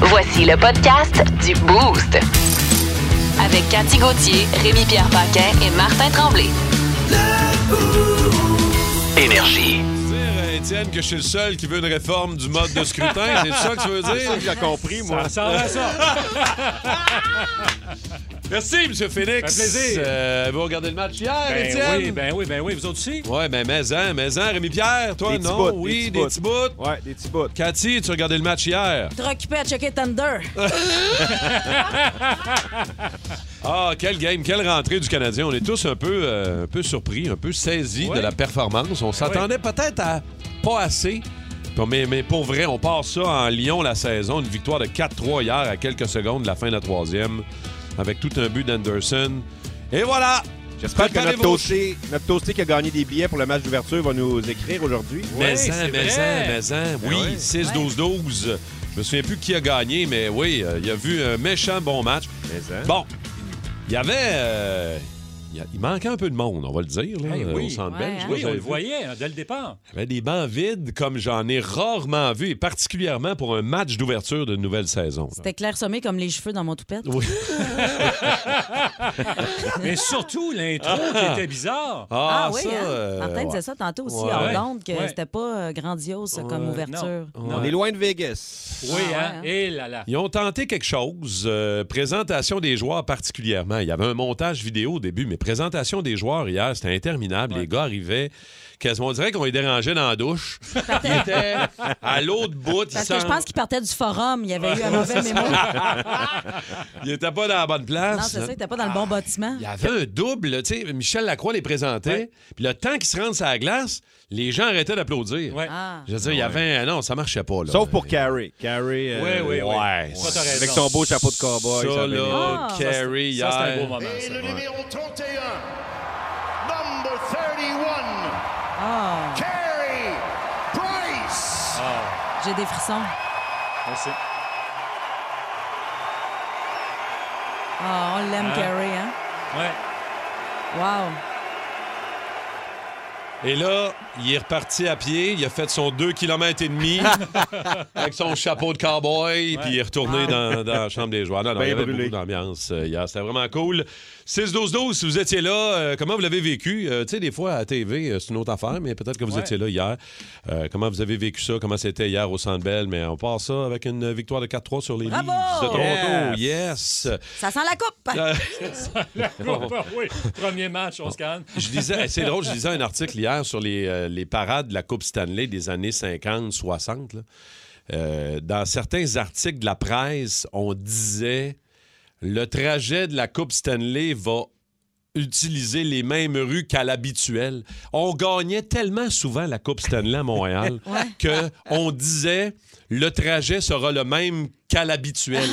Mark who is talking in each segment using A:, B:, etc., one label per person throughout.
A: Voici le podcast du Boost. Avec Cathy Gauthier, Rémi-Pierre Paquin et Martin Tremblay.
B: Énergie.
C: dire, euh, Étienne, que je suis le seul qui veut une réforme du mode de scrutin. C'est ça que tu veux dire?
D: Ça, j'ai compris, moi.
E: Ça ressemble à ça.
C: Merci, M. Phoenix.
E: Ça fait plaisir.
C: Euh, vous regardez le match hier,
E: Ben
C: Étienne?
E: oui, ben oui, ben oui, vous autres aussi.
C: Ouais, ben Maison, Maison, Rémi-Pierre, toi,
D: Des petits
C: non?
D: bouts,
C: oui,
D: des
C: des petits
D: petits
C: bouts.
D: Ouais, des petits bouts.
C: Cathy, tu as regardé le match hier.
F: Trop occupé à checker Thunder.
C: Ah, quelle game, quelle rentrée du Canadien. On est tous un peu, euh, un peu surpris, un peu saisis
E: Oui.
C: de la performance. On s'attendait peut-être à pas assez. Bon, Mais, mais pour vrai, on part ça en Lyon la saison. Une victoire de 4-3 hier à quelques secondes de la fin de la troisième avec tout un but d'Anderson. Et voilà!
D: J'espère que notre
C: Préparez-vous.
D: toasté, notre toasté qui a gagné des billets pour le match d'ouverture va nous écrire aujourd'hui.
C: Mais
E: Oui,
C: en,
E: c'est
C: mais
E: vrai. Ben
C: en, mais en. Oui,
E: oui.
C: 6-12-12. Je me souviens plus qui a gagné, mais oui, euh, il a vu un méchant bon match.
D: Mais, hein?
C: Bon, il y avait. euh, il y a- il manquait un peu de monde, on va le dire. Là,
E: Eh
C: euh,
E: oui.
C: au Centre Bell.
F: Ouais,
C: Je sais
F: hein.
C: pas
E: Oui,
C: si
E: on
C: vous avez
E: le
C: vu.
E: voyait hein, dès le départ.
C: Il y avait des bancs vides comme j'en ai rarement vu, et particulièrement pour un match d'ouverture d'une nouvelle saison.
F: C'était clairsemé comme les cheveux dans mon toupette.
C: Oui.
E: Mais surtout l'intro qui était bizarre.
F: Ah, oui,
C: ça,
F: hein?
C: euh,
F: Martin
C: ouais.
F: disait ça tantôt aussi
C: Ouais.
F: en ondes, que
E: Ouais.
F: c'était pas euh, grandiose euh, comme ouverture.
E: Non.
D: On est loin de Vegas.
E: Oui,
F: Ah,
E: hein?
F: ouais, hein?
E: Et là là.
C: Ils ont tenté quelque chose. euh, présentation des joueurs particulièrement. Il y avait un montage vidéo au début, mais présentation des joueurs hier, c'était interminable. Les gars arrivaient quasiment. On dirait qu'on les dérangeait dans la douche. Ils étaient à l'autre bout. Ils
F: Parce que je
C: s'en-
F: pense qu'il partait du forum, il y avait eu un mauvais mémo.
C: Ils n'étaient pas dans la bonne place.
F: Non, c'est ça, il était pas dans le bon bâtiment.
C: Ah, Il y avait un double. là, Tu sais, Michel Lacroix les présentait. Puis le temps qu'ils se rendent sur la glace, les gens arrêtaient d'applaudir.
E: Ouais.
F: Ah.
C: Je veux dire, il y avait. un- Non, ça marchait pas. Là.
D: Sauf pour Carrie. Oh Carrie. euh,
E: Oui, oui, oui.
C: Ouais.
E: Ça, t'as raison.
D: Avec son beau chapeau de cowboy.
C: Ça,
D: ça fait bien.
C: là,
F: Ah.
C: Carey, hier.
E: Ça, c'est un beau moment. ça.
G: Le numéro 31, number 31,
F: Ah,
G: Carey Price.
F: j'ai des frissons.
E: Merci.
F: Ah, on l'aime,
E: Ah.
F: Carrie, hein?
E: Ouais.
F: Wow.
C: Et là, il est reparti à pied, il a fait son 2 km et demi avec son chapeau de cowboy, puis il est
F: Ah.
C: retourné dans, dans la chambre des joueurs. Non, non,
D: Ben
C: il y avait
D: brûlé.
C: beaucoup d'ambiance euh, hier, c'était vraiment cool. 6-12-12, si vous étiez là, euh, comment vous l'avez vécu? Euh, tu sais, des fois, à TV, euh, c'est une autre affaire, mais peut-être que vous
E: Ouais.
C: étiez là hier. Euh, comment vous avez vécu ça? Comment c'était hier au Centre Bell? Mais on part ça avec une victoire de 4-3 sur les Leafs
F: Bravo!
C: de Toronto. Yes!
F: Ça sent la coupe!
C: Euh,
E: oui. Premier match, on se calme.
C: Je disais, c'est drôle, je lisais un article hier sur les, euh, les parades de la Coupe Stanley des années 50, 60. là. Euh, dans certains articles de la presse, on disait le trajet de la Coupe Stanley va utiliser les mêmes rues qu'à l'habituel. On gagnait tellement souvent la Coupe Stanley à Montréal que on disait le trajet sera le même qu'à l'habituel.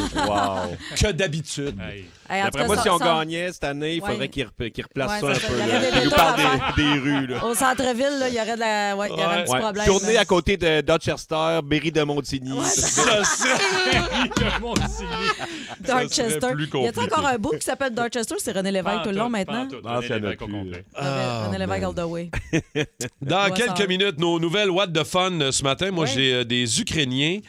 C: Que d'habitude.
E: Hey.
F: Hey, en tout
D: Après
F: cas,
D: moi,
F: Ah. ça-
D: si on
F: ça-
D: gagnait cette année, il
F: Ouais.
D: faudrait qu'ils rep- qu'ils replacent
F: Ouais,
D: ça un
F: c'est ça.
D: peu.
F: Il y
D: là.
F: avait des
D: Ils nous
F: tours
D: parlent
F: à
D: des, des rues. Là.
F: Au centre-ville, là, il y aurait, de la... ouais, il y aurait un petit
D: Ouais.
F: problème.
D: Tournée
F: là.
D: à côté de Dorchester, Berry de Montigny.
C: Ça, c'est-
E: Mon Sylvie.
C: Ça
F: Dorchester.
C: serait plus
F: Il y a
C: compliqué.
F: encore un bout qui s'appelle Dorchester? C'est René Lévesque tout le long
E: Pantoute,
F: maintenant?
E: pantoute,
D: Ah,
E: on est
D: ça
E: les
D: n'a
E: mecs au
D: plus.
E: complet.
C: Ah,
F: René
C: ben,
F: Lévesque all the way.
C: Dans
F: Au
C: quelques
F: hasard.
C: minutes, nos nouvelles What the Fun euh, ce matin. Moi,
F: Ouais.
C: j'ai euh, des Ukrainiens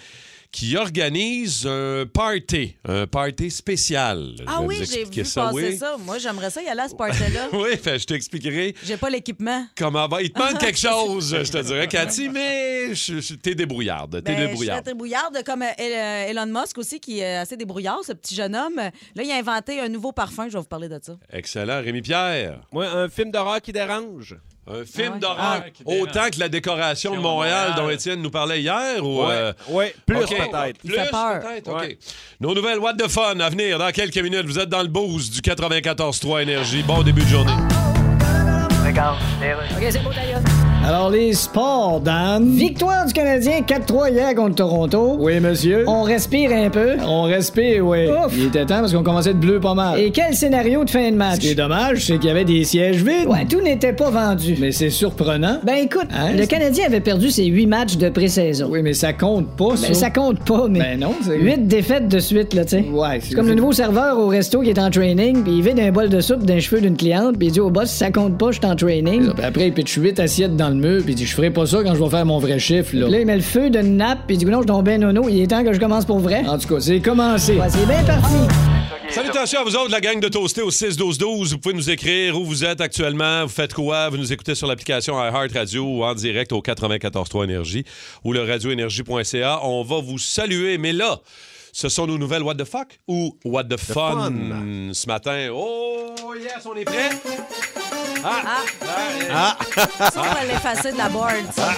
C: qui organisent un party, un party spécial. Je
F: Ah
C: vais
F: oui,
C: vous
F: j'ai vu
C: expliquer
F: passer ça. Moi, j'aimerais ça y aller à ce party-là.
C: Oui, fait, je t'expliquerai
F: J'ai pas l'équipement.
C: comment va. Il te manque quelque chose, je te dirais, Cathy, mais je- je- t'es débrouillarde. T'es
F: Ben, je suis très
C: débrouillarde.
F: débrouillarde, comme euh, El- euh, Elon Musk aussi, qui est assez débrouillard, ce petit jeune homme. Là, il a inventé un nouveau parfum. Je vais vous parler de ça.
C: Excellent. Rémi Pierre,
D: Moi, un film d'horreur qui dérange.
C: un film
F: ouais.
C: d'horreur
E: Ah, qui dérange.
C: autant que la décoration de
E: Sur
C: Montréal
E: Montréal.
C: dont Étienne nous parlait hier ou. euh,
D: Ouais, ouais, plus
C: OK.
D: peut-être.
F: Il fait
C: Plus,
F: peur.
C: peut-être,
D: Ouais.
C: OK. Nos nouvelles What the Fun à venir dans quelques minutes. Vous êtes dans le boost du 94-3 Énergie. Bon début de journée.
H: Regarde, Eh OK, c'est beau d'ailleurs. Alors, les sports, Dan. Victoire du Canadien 4-3 hier contre Toronto. Oui, monsieur. On respire un peu. On respire, oui. Ouf. Il était temps parce qu'on commençait de bleu pas mal. Et quel scénario de fin de match? Ce qui est dommage, c'est qu'il y avait des sièges vides. Ouais, tout n'était pas vendu. Mais c'est surprenant. Ben écoute, le Canadien avait perdu ses 8 matchs de pré-saison. Oui, mais ça compte pas, ça. ça compte pas, mais. Ben non, c'est. 8 défaites de suite, là, tu sais. Ouais, c'est comme le nouveau serveur au resto qui est en training, puis il vide un bol de soupe d'un cheveu d'une cliente, puis il dit au boss, ça compte pas, je suis en training. après, il pitch 8 assiettes dans le mur, puis il dit, je ferai pas ça quand je vais faire mon vrai chiffre, là. Là, il met le feu d'une nappe, puis il dit, non, je tombe bien nono, il est temps que je commence pour vrai. En tout cas, c'est commencé. Ouais, c'est bien parti.
C: Salutations à vous autres, la gang de Toasté au 6-12-12. Vous pouvez nous écrire où vous êtes actuellement, vous faites quoi, vous nous écoutez sur l'application iHeart Radio ou en direct au 94.3 Énergie ou le radioénergie.ca. On va vous saluer, mais là, ce sont nos nouvelles What the Fuck ou What the, fun. ce matin. Oh yes, on est prêt. Ah, ah,
F: Ça, on va l'effacer de la board. ça.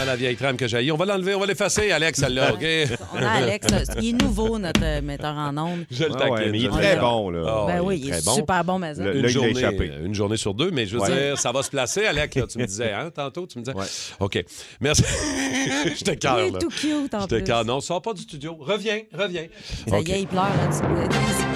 C: Ah, la vieille trame que j'ai. On va l'enlever, on va l'effacer, Alex, celle-là, OK?
F: On a Alex, là, il est nouveau, notre euh, metteur en ondes.
C: Je le
D: Ah
C: taquine,
D: ouais, mais il
C: je
D: est
C: le
D: très
C: taquine.
D: bon, là.
C: Ah,
F: Ben oui, il
C: très
F: est
C: bon.
F: super bon, mais ça.
D: Le-
C: une,
D: L'œil
C: journée,
D: l'a échappé.
C: euh, une journée sur deux, mais je veux
D: Ouais.
C: dire, ça va se placer, Alec, là, tu me disais, hein, tantôt, tu me disais. OK. Merci. je te
F: Il
C: calme.
F: est tout cute, en
C: Je te
F: plus.
C: calme. Non, sors pas du studio. Reviens, reviens.
F: Ça
C: OK.
F: y est, il pleure. là, tu-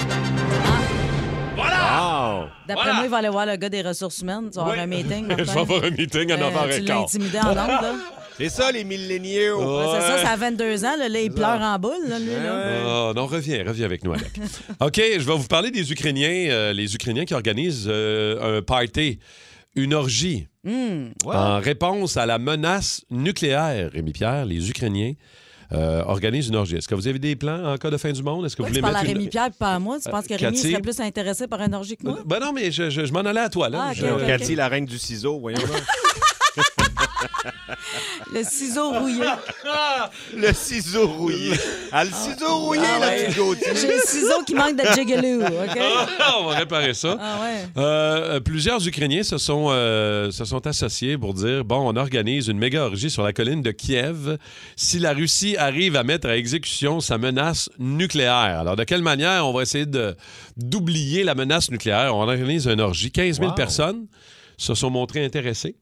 D: Wow!
F: Ah. D'après
C: Voilà.
F: moi, il va aller voir le gars des ressources humaines. Tu vas avoir
C: Oui.
F: un meeting.
C: Je vais
F: Martin.
C: avoir un meeting à
F: Euh,
C: 9h15.
F: Tu l'intimidais en ondes, là.
D: C'est ça, les milléniaux.
C: Oh.
F: Ouais, C'est ça, ça a 22 ans. Là, là, il pleure en boule, là, lui. Là.
C: Ah, non, reviens, reviens avec nous, Alec. OK, je vais vous parler des Ukrainiens, euh, les Ukrainiens qui organisent euh, un party, une orgie.
F: Hmm.
C: En réponse à la menace nucléaire, Rémi Pierre, les Ukrainiens euh, organisent une orgie. Est-ce que vous avez des plans en cas de fin du monde? Est-ce que
F: Pourquoi
C: vous
F: tu
C: voulez
F: parles à
C: mettre
F: Rémi
C: une...
F: Pierre et pas à moi? Tu
C: Euh,
F: penses que Rémi
C: Cathy?
F: serait plus intéressé par un orgie que moi?
C: Ben non, mais je, je- je m'en allais à toi, là.
F: Ah, ok,
C: Je-
F: ok.
D: Cathy, la reine du ciseau, voyons là.
F: Le ciseau rouillé.
D: le ciseau rouillé. Ah, le ciseau rouillé, la petite
F: J'ai
D: Gauthier.
F: le ciseau qui manque de jigaloo, OK?
C: Ah, on va réparer ça.
F: Ah ouais.
C: Euh, plusieurs Ukrainiens se sont, euh, se sont associés pour dire bon, on organise une méga orgie sur la colline de Kiev si la Russie arrive à mettre à exécution sa menace nucléaire. Alors, de quelle manière on va essayer de- d'oublier la menace nucléaire On organise une orgie. 15 000
D: Wow.
C: personnes se sont montrées intéressées.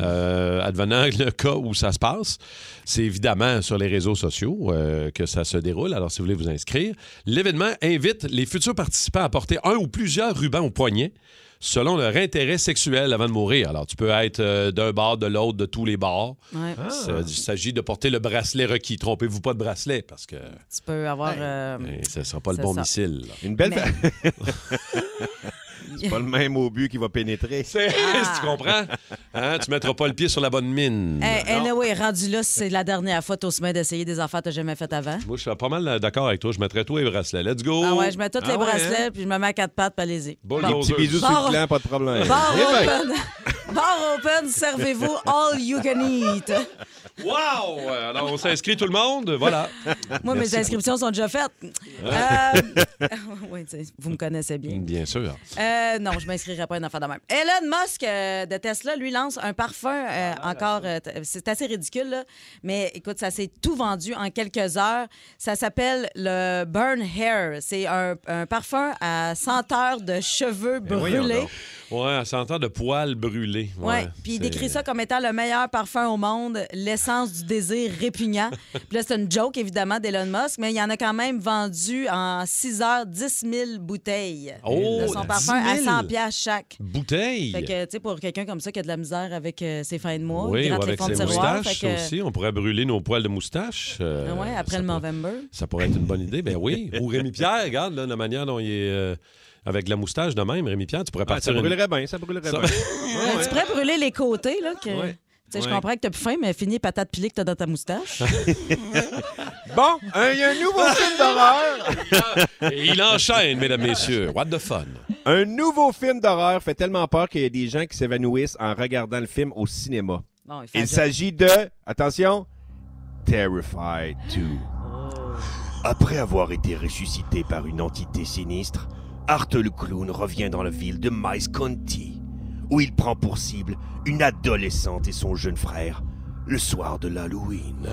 C: Euh, advenant le cas où ça se passe, c'est évidemment sur les réseaux sociaux euh, que ça se déroule. Alors, si vous voulez vous inscrire, l'événement invite les futurs participants à porter un ou plusieurs rubans au poignet selon leur intérêt sexuel avant de mourir. Alors, tu peux être euh, d'un bord, de l'autre, de tous les bords.
F: Ouais.
C: Ça- Il s'agit de porter le bracelet requis. Trompez-vous pas de bracelet parce que
F: Tu peux avoir. euh,
C: eh, ce ne sera pas le
F: C'est
C: bon
F: ça.
C: missile. là.
D: Une belle. fa- C'est pas le même obus qui va pénétrer.
C: C'est-
F: Ah.
C: tu comprends? Hein, Tu ne mettras pas le pied sur la bonne mine.
F: Hey, Eh, anyway, rendu là, c'est la dernière fois, t'as semaine d'essayer des affaires que t'as jamais faites avant.
C: Moi, je suis pas mal d'accord avec toi. Je mettrais tous les bracelets. Let's go!
F: Ah ouais, je mets tous
C: Ah
F: les
C: ouais,
F: bracelets,
C: hein?
F: puis je me mets à quatre pattes, puis allez-y.
C: Bulldozer.
D: Petit bisou sur
F: Barre-
D: le clan, pas de problème.
F: Bar
D: Eh ben,
F: open, bar open, servez-vous all you can eat.
C: Wow! Euh, Alors, on s'inscrit tout le monde. Voilà.
F: Moi, mes inscriptions sont déjà faites. Euh, oui, tu sais, vous me connaissez bien.
C: Bien sûr.
F: Euh, non, je m'inscrirai pas à une affaire de même. Elon Musk euh, de Tesla, lui, lance un parfum euh, encore. euh, t- c'est assez ridicule, là. Mais écoute, ça s'est tout vendu en quelques heures. Ça s'appelle le Burn Hair. C'est un, un parfum à senteur de cheveux
C: Eh
D: voyons
F: brûlés.
D: donc.
C: Ben Ouais, on s'entend de poils brûlés.
F: Ouais, puis il décrit ça comme étant le meilleur parfum au monde, l'essence du désir répugnant. puis là, c'est une joke, évidemment, d'Elon Musk, mais il y en a quand même vendu en 6 heures 10 000 bouteilles
C: Oh,
F: de son parfum
C: 10
F: à
C: 000.
F: 100 piastres chaque.
C: Bouteille.
F: Fait que, tu sais, pour quelqu'un comme ça qui a de la misère avec euh, ses fins de mois,
C: oui,
F: il
C: ou
F: gratte les
C: avec
F: fonds de
C: ses
F: tiroir.
C: moustaches
F: fait que-
C: aussi. On pourrait brûler nos poils de moustache.
F: Ah
C: euh,
F: ouais, après
C: ça
F: le
C: pourrait-
F: November.
C: Ça pourrait être une bonne idée. Ben oui. Ou Rémi Pierre, regarde, là, la manière dont il est. euh, avec la moustache de même, Rémi Pierre, tu pourrais
D: ah, Ça
C: partir. une-
D: brûlerait bien, ça brûlerait
C: Ça-
D: bien.
F: Euh, Tu pourrais brûler les côtés, là. Que...
C: Ouais.
F: Tu sais, je
C: Ouais.
F: comprends que t'as plus faim, mais finis les patates pilées que t'as dans ta moustache.
D: Bon, hein, il y a un nouveau film d'horreur.
C: Et il enchaîne, mesdames, messieurs. What the fun.
D: Un nouveau film d'horreur fait tellement peur qu'il y a des gens qui s'évanouissent en regardant le film au cinéma.
F: Bon, il fait un
D: Il
F: job.
D: s'agit de, attention, Terrified 2.
F: Oh.
G: Après avoir été ressuscité par une entité sinistre, Art le clown revient dans la ville de Mice County, où il prend pour cible une adolescente et son jeune frère le soir de l'Halloween.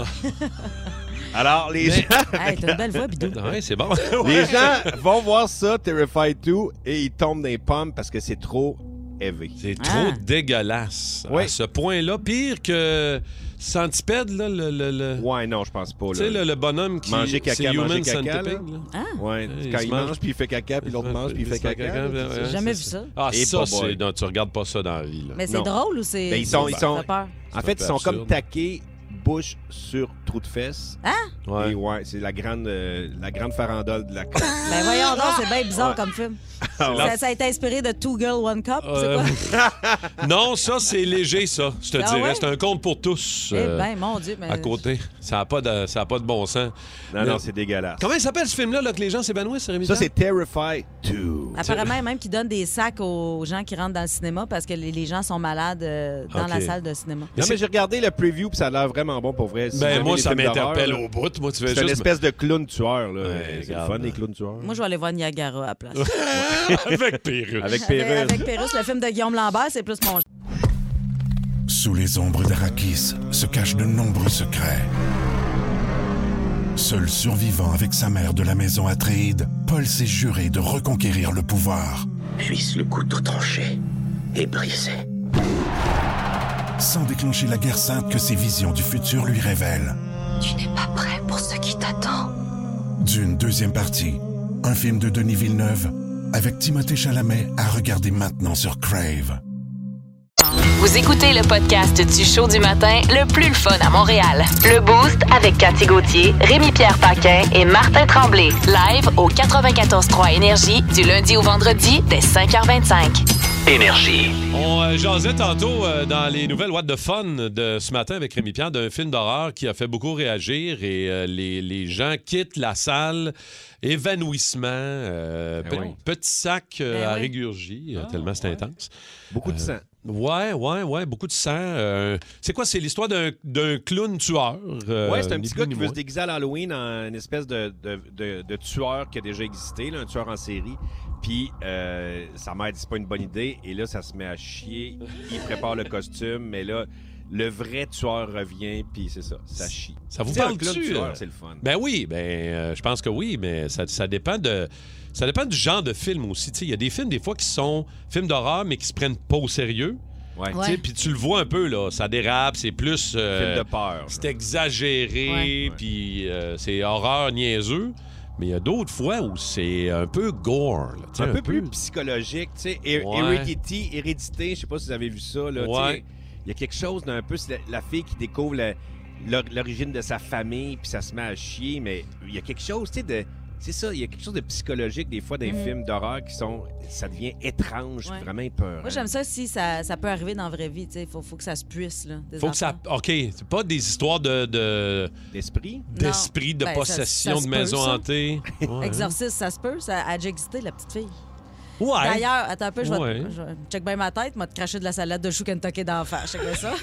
D: Alors, les gens...
F: Hey, t'as une belle voix, Bidou.
C: Ouais, Ah c'est bon.
D: Les gens vont voir ça, Terrified 2, et ils tombent dans les pommes parce que c'est trop élevé.
C: C'est
F: Ah.
C: trop dégueulasse à ce point-là. Pire que Centipede, là, le... le- le-
D: Ouais, non, je pense pas.
C: Tu sais, le, le bonhomme qui...
D: Manger caca,
C: c'est
D: manger
C: Human
D: caca, là.
C: Centipede, là.
F: Ah.
D: Ouais,
C: Il
D: quand
C: se
D: il
C: mange-
D: mange, puis il fait caca, puis l'autre mange, puis il fait caca. là, c'est ça.
F: J'ai jamais vu ça.
C: Ah,
D: Et
C: ça,
D: pas
C: c'est...
D: boy.
C: Non, tu regardes pas ça dans la vie, là.
F: Mais c'est
D: Non.
F: drôle ou c'est.
C: Ben,
D: Mais ils sont- ils
F: ça
D: sont-
F: fait peur?
D: En fait,
C: peu
D: ils sont
C: absurde.
D: comme taqués bouche sur trou de fesse.
F: Hein?
C: Ouais.
D: Et ouais, c'est la grande, euh, la grande farandole de la
F: Ben voyons donc, c'est bien bizarre comme film.
C: ouais.
F: ça, ça a été inspiré de Two Girl One Cup,
C: Euh,
F: c'est quoi?
C: non, ça, c'est léger, ça, je te
F: Ah
C: dirais.
F: ouais?
C: C'est un compte pour tous.
F: Eh
C: euh,
F: ben mon Dieu, mais.
C: À côté. Ça n'a pas, de- ça a pas de bon sens.
D: Non,
C: Le-
D: non, c'est dégueulasse.
C: Comment il s'appelle ce film-là, là, que les gens s'évanouissent, Rémi
D: Ça,
C: Pierre?
D: c'est Terrify 2.
F: Apparemment, il y a même qui donne des sacs aux gens qui rentrent dans le cinéma parce que les les gens sont malades euh, dans
C: Ok.
F: la salle de cinéma.
D: Non, mais j'ai regardé le preview, puis ça a l'air vraiment bon pour vrai. Si vous
C: Ben,
D: aimez
C: moi,
D: les
C: ça
D: films d'horreur,
C: m'interpelle
D: là,
C: au bout. Moi, tu fais
D: C'est une
C: juste.
D: espèce de clown tueur, là.
C: Ouais,
D: c'est le
C: regarde.
D: fun, les clowns tueurs.
F: Moi, je vais aller voir Niagara à la place.
C: Avec perruque.
D: Avec
F: Avec,
D: Pérus.
F: avec Pérus, le film de Guillaume Lambert, c'est plus mon.
I: Sous les ombres d'Arakis se cachent de nombreux secrets. Seul survivant avec sa mère de la maison Atréide, Paul s'est juré de reconquérir le pouvoir.
B: Puisse le couteau tranché et brisé.
I: sans déclencher la guerre sainte que ses visions du futur lui révèlent.
J: Tu n'es pas prêt pour ce qui t'attend.
I: D'une deuxième partie, un film de Denis Villeneuve avec Timothée Chalamet à regarder maintenant sur Crave.
A: Vous écoutez le podcast du show du matin le plus le fun à Montréal. Le Boost avec Cathy Gauthier, Rémi-Pierre Paquin et Martin Tremblay. Live au 94.3 Énergie du lundi au vendredi dès 5h25.
B: Énergie.
C: On euh, jasait tantôt euh, dans les nouvelles What the Fun de ce matin avec Rémi Pierre d'un film d'horreur qui a fait beaucoup réagir et euh, les, les gens quittent la salle. Évanouissement, euh,
E: Ben
C: pe-
E: oui.
C: petit sac euh,
F: Ben
C: à
F: oui.
C: régurgie, euh, tellement c'est intense. Euh,
D: Beaucoup de sang.
C: Ouais, ouais, ouais, beaucoup de sang. euh, c'est quoi? C'est l'histoire d'un- d'un clown tueur. euh,
D: Ouais, c'est un
C: ni
D: petit
C: plus
D: gars
C: ni
D: qui veut
C: moins.
D: se déguiser à l'Halloween en une espèce de, de, de- de tueur qui a déjà existé, là, un tueur en série. Puis euh, sa mère dit c'est pas une bonne idée. Et là, ça se met à chier. Il prépare le costume, mais là, le vrai tueur revient, puis c'est ça, ça chie.
C: Ça vous
D: Tu sais, un
C: parle
D: clown
C: dessus?
D: tueur, c'est le fun.
C: Ben oui, ben euh, je pense que oui, mais ça, ça dépend de ça dépend du genre de film aussi. Tu sais, Il y a des films des fois qui sont films d'horreur mais qui se prennent pas au sérieux.
D: Ouais.
C: Tu sais, Puis tu le vois un peu là, ça dérape, c'est plus euh,
D: Film de peur.
C: c'est
D: là.
C: exagéré,
F: Ouais.
C: puis euh, c'est horreur niaiseux. Mais il y a d'autres fois où c'est un peu gore. là, tu sais,
D: un, peu plus psychologique, tu sais. Her-
C: Ouais.
D: Heredity, Hérédité, je sais pas si vous avez vu ça, là. tu
C: Ouais.
D: sais. Il y a quelque chose d'un peu, c'est la, la fille qui découvre la- l'or- l'origine de sa famille, puis ça se met à chier, mais il y a quelque chose, tu sais, de. C'est ça, il y a quelque chose de psychologique des fois dans les films d'horreur qui sont. Ça devient étrange,
F: Mm-hmm. Ouais.
D: vraiment peur.
F: Moi, j'aime ça si ça, ça peut arriver dans la vraie vie. Il faut, faut que ça se puisse. Là, des
C: Faut que ça.
F: affaires.
C: OK, c'est pas des histoires de- de
D: L'esprit?
C: d'esprit, de
F: Ben, ça-
C: possession,
F: ça se
C: de
F: peut,
C: maison
F: ça.
C: hantée. Ouais.
F: Exorciste, ça se peut. Ça a déjà existé, la petite fille.
C: Ouais.
F: D'ailleurs, attends un peu, je vais.
C: Ouais.
F: je vais- check bien ma tête, m'a te cracher de la salade de chou Kentucky d'en face. Check bien ça.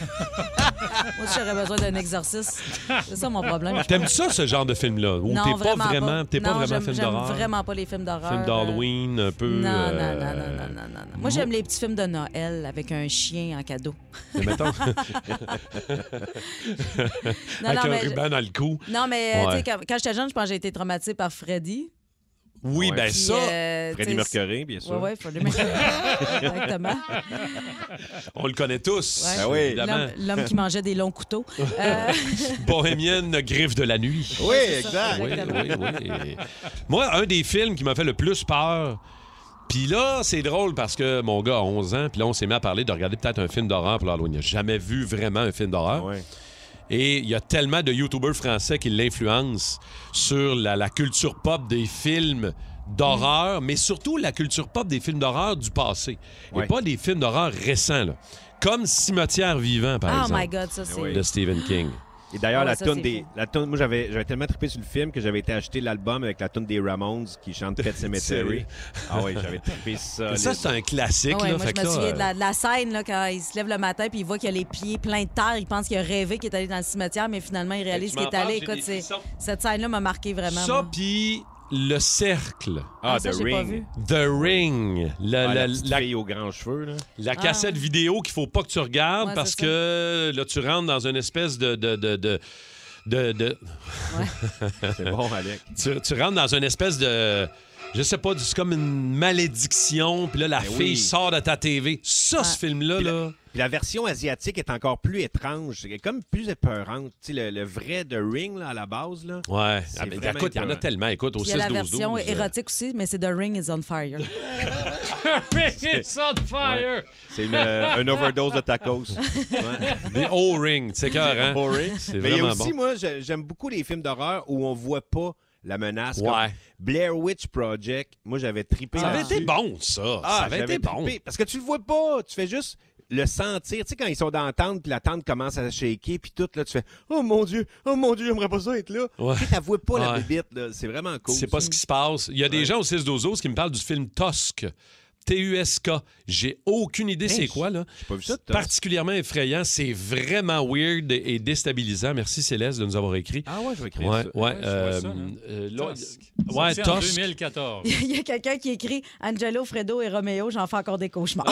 F: Moi, j'aurais besoin d'un exorciste. C'est ça mon problème.
C: Ah, T'aimes ça, ce genre de film-là? Ou
F: Non,
C: t'es pas
F: pas.
C: vraiment, t'es pas
F: Non,
C: vraiment
F: j'aime-
C: film
F: j'aime
C: d'horreur?
F: vraiment pas les films d'horreur.
C: Film d'Halloween, un peu.
F: Euh, Non, non,
C: euh,
F: non, non, non, non, non, non. Moi, j'aime les petits films de Noël avec un chien en cadeau.
C: mais mettons,
F: Non,
C: avec
F: non,
C: un
F: mais.
C: ruban dans le cou.
F: Non, mais euh,
C: Ouais.
F: tu sais, quand, quand j'étais jeune, je pense que j'ai été traumatisée par Freddy.
C: Oui,
D: Ouais.
C: ben
F: Puis,
C: ça.
F: euh, tu
D: Freddy
F: sais,
D: Mercury, bien sûr.
F: Ouais, ouais, Freddie Mercury. Exactement.
C: On le connaît tous,
F: Ouais.
D: Ah oui.
C: Ben évidemment.
F: L'homme- L'homme qui mangeait des longs couteaux. Euh,
C: Bohémienne griffe de la nuit.
D: Oui, exact.
C: Oui,
F: Exactement.
C: oui, oui. Et Moi, un des films qui m'a fait le plus peur. Puis là, c'est drôle parce que mon gars a 11 ans, puis là, on s'est mis à parler de regarder peut-être un film d'horreur pour l'Halloween. Il n'a jamais vu vraiment un film d'horreur.
D: Ouais.
C: Et il y a tellement de YouTubers français qui l'influencent sur la, la culture pop des films d'horreur, mais surtout la culture pop des films d'horreur du passé. Et
D: Ouais.
C: pas des films d'horreur récents, là. comme Cimetière vivant, par
F: oh
C: exemple,
F: my God, ça, c'est.
D: oui.
C: de Stephen King.
D: Et d'ailleurs,
F: Ouais,
D: la
F: ça,
D: tune
F: c'est
D: des.
F: fou.
D: La tune, moi, j'avais j'avais tellement trippé sur le film que j'avais été acheter l'album avec la tune des Ramones qui chante Pet Cemetery.
C: Sérieux?
D: ah oui, j'avais trippé ça.
C: ça, c'est un classique.
F: Ah ouais,
C: là,
F: moi,
C: fait
F: je
C: que
F: me
C: ça,
F: souviens
C: euh,
F: de la, de la scène là, quand il se lève le matin puis il voit qu'il a les pieds pleins de terre. Il pense qu'il a rêvé qu'il est allé dans le cimetière, mais finalement, il réalise
C: tu
F: qu'il
C: m'en
F: est allé.
C: parles, j'ai
F: Écoute,
C: des
F: c'est-
C: frissons.
F: cette scène-là m'a marqué vraiment.
C: Ça,
F: moi.
C: puis le cercle.
F: Ah, ça, j'ai pas vu.
C: The Ring. Le-
D: Ah, la,
C: le-
D: petite
C: la-
D: fille aux grands cheveux, là.
C: La cassette vidéo qu'il faut pas que tu regardes
F: Ah. Ouais,
C: parce
F: c'est ça.
C: que là, tu rentres dans une espèce de. de, de, de- de- de-
D: C'est bon, Alec.
C: tu, tu rentres dans une espèce de. je sais pas, c'est comme une malédiction, puis là, la
D: Ben
C: fille
D: oui.
C: sort de ta TV. Ça, ce film-là,
D: Puis la-
C: là.
D: puis la version asiatique est encore plus étrange. Elle est comme plus épeurante. Tu sais, le, le vrai de Ring, là, à la base, là.
C: Ouais.
D: C'est
C: Ah, mais
D: vraiment
C: écoute, il y en a
D: épeurant.
C: tellement. Écoute, au
F: Puis il y a la
C: 6-12-12.
F: version
C: euh,
F: érotique aussi, mais c'est The Ring is on fire.
E: It's on fire!
D: C'est une, euh, une overdose de tacos. Ouais.
C: Des O-ring, tu sais, cœur, hein?
D: Boring.
C: C'est
D: Mais il y a
C: vraiment
D: aussi,
C: bon.
D: moi, je- j'aime beaucoup les films d'horreur où on voit pas la menace. comme
C: Ouais.
D: Blair Witch Project, moi, j'avais trippé.
C: Ça avait
D: là-dessus.
C: été bon, ça.
D: Ah,
C: ça avait
D: j'avais
C: été bon.
D: trippé. Parce que tu le vois pas. Tu fais juste le sentir. Tu sais, quand ils sont dans la tente, puis la tente commence à shaker, puis tout, là, tu fais « Oh mon Dieu! Oh mon Dieu, j'aimerais pas ça être là!
C: Ouais.
D: Tu sais, t'as vois pas la
C: Ouais.
D: bébite, là. C'est vraiment cool.
C: C'est pas ce qui se passe. Il y a des gens au 6 12 12 qui me parlent du film Tusk. T-U-S-K. J'ai aucune idée c'est quoi, là.
D: pas vu ça,
C: C'est
D: Tusk.
C: particulièrement effrayant. C'est vraiment weird et et déstabilisant. Merci, Céleste, de nous avoir écrit.
D: Ah ouais, je vais écrire
C: Ouais,
D: ça.
C: ouais.
E: je vois
C: euh,
E: ça, là.
C: euh, là,
E: Ouais,
C: Ouais,
E: Sorti en
C: Tusk.
E: 2014.
F: Il y a quelqu'un qui écrit Angelo, Fredo et Romeo, j'en fais encore des cauchemars.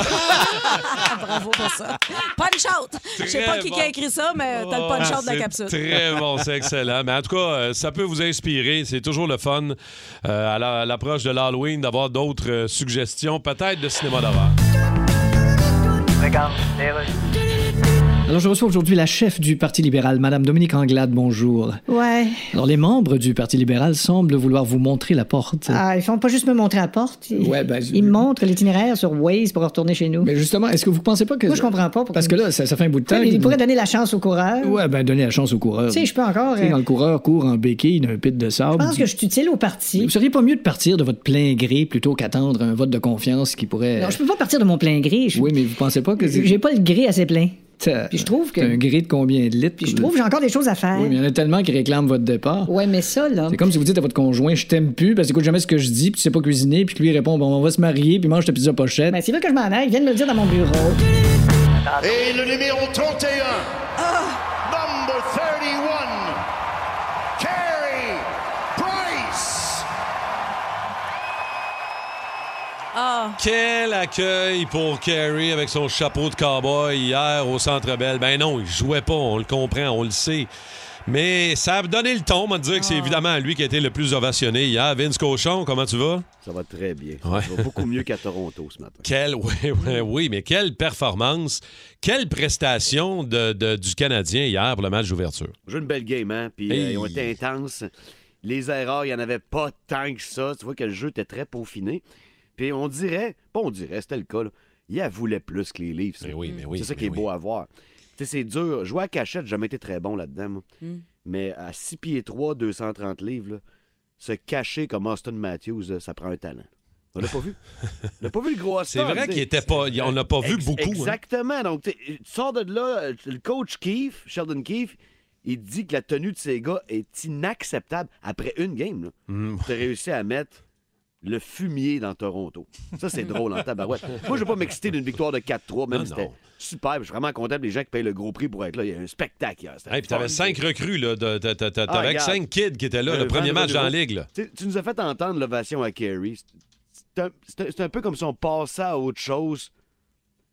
F: Bravo pour ça. Punch out! Je sais pas
C: Très
F: qui, qui
C: bon. Ah,
F: a écrit ça, mais t'as le punch out de la
C: C'est
F: capsule.
C: Très bon, c'est excellent. Mais en tout cas, euh, ça peut vous inspirer. C'est toujours le fun euh, à la- à l'approche de l'Halloween d'avoir d'autres euh, suggestions, peut-être de cinéma d'horreur.
H: Alors, je reçois aujourd'hui la chef du Parti libéral, Madame Dominique Anglade. Bonjour.
K: Ouais.
H: Alors, les membres du Parti libéral semblent vouloir vous montrer la porte.
K: Ah, ils font pas juste me montrer la porte. Ils,
H: Ouais, ben,
K: ils me montrent l'itinéraire sur Waze pour retourner chez nous.
H: Mais justement, est-ce que vous pensez pas que.
K: Moi, je comprends pas. pourquoi-
H: Parce que là, ça, ça fait un bout de
K: Ouais,
H: temps.
K: mais ils
H: que-
K: pourraient donner la chance au coureur.
H: Ouais, ben, donner la chance au coureur.
K: Tu sais, je peux encore.
H: Tu sais,
K: euh,
H: quand le coureur court en béquille d'un pit de
K: je
H: sable.
K: pense que je suis utile au
H: Vous
K: parti.
H: seriez pas mieux de partir de votre plein gré plutôt qu'attendre un vote de confiance qui pourrait.
K: Non, je peux pas partir de mon plein gré. Je-
H: Oui, mais vous pensez pas que c'est.
K: J'ai pas le gré assez plein.
H: T'as-
K: Puis je trouve que-
H: t'as un gré de combien de litres?
K: Puis je trouve que j'ai encore des choses à faire.
H: Oui, mais il y en a tellement qui réclament votre départ.
K: Ouais, mais ça, là.
H: C'est comme si vous dites à votre conjoint, je t'aime plus, parce que écoute jamais ce que je dis, puis tu sais pas cuisiner, puis que lui répond, bon, on va se marier, puis mange ta pizza pochette.
K: Ben, s'ils veulent que je m'en aille, ils viennent me le dire dans mon bureau.
G: Et le numéro 31, number 31, Carrie Price.
F: Ah,
C: Quel accueil pour Kerry avec son chapeau de cowboy hier au Centre Bell. Ben non, il jouait pas, on le comprend, on le sait. Mais ça a donné le ton, on va te dire que
L: Ah.
C: c'est évidemment lui qui a été le plus ovationné hier. Vince Cochon, comment tu vas?
L: Ça va très bien.
C: Ouais.
L: Ça va beaucoup mieux qu'à Toronto ce matin.
C: Quelle, oui, oui, oui, mais quelle performance, quelle prestation de- de- du Canadien hier pour le match d'ouverture.
L: J'ai une belle game, hein? Puis
C: Hey.
L: euh, ils ont été intenses. Les erreurs, il n'y en avait pas tant que ça. Tu vois que le jeu était très peaufiné. Puis on dirait, pas on dirait, c'était le cas, là. Il en voulait plus que les livres.
C: Mais oui, mais oui,
L: C'est ça qui
C: mais
L: est
C: oui.
L: beau à voir. Tu sais, c'est dur. Jouer à cachette, j'ai jamais été très bon là-dedans, moi.
F: Hmm.
L: Mais à 6 pieds 3, 230 livres, là, se cacher comme Austin Matthews, là, ça prend un talent. On l'a pas vu. On l'a pas vu le gros
C: C'est
L: Austin,
C: vrai
L: tu
C: qu'il
L: sais.
C: était pas. On n'a pas vu
L: Ex-
C: beaucoup. hein.
L: Exactement. Donc, t'es- tu sors de là, euh, le coach Keefe, Sheldon Keefe, il dit que la tenue de ces gars est inacceptable après une game.
C: Mm.
L: Tu as réussi à mettre le fumier dans Toronto. Ça, c'est drôle en tabarouette. Moi, je vais pas m'exciter d'une victoire de 4-3, même
C: Ah, Non,
L: si c'était
C: non.
L: super. Je suis vraiment content des gens qui payent le gros prix pour être là. Il y a un spectacle hier. C'était
C: Hey, puis t'avais
L: fun.
C: cinq recrues, là. de- de- de- de-
L: Ah,
C: T'avais
L: regarde.
C: cinq kids qui étaient là, le
L: Euh,
C: premier
L: Van
C: match dans la
L: Rodeau.
C: ligue, là.
L: Tu, tu nous as fait entendre l'ovation à Kerry. C'est un, c'est un- c'est un peu comme si on passait à autre chose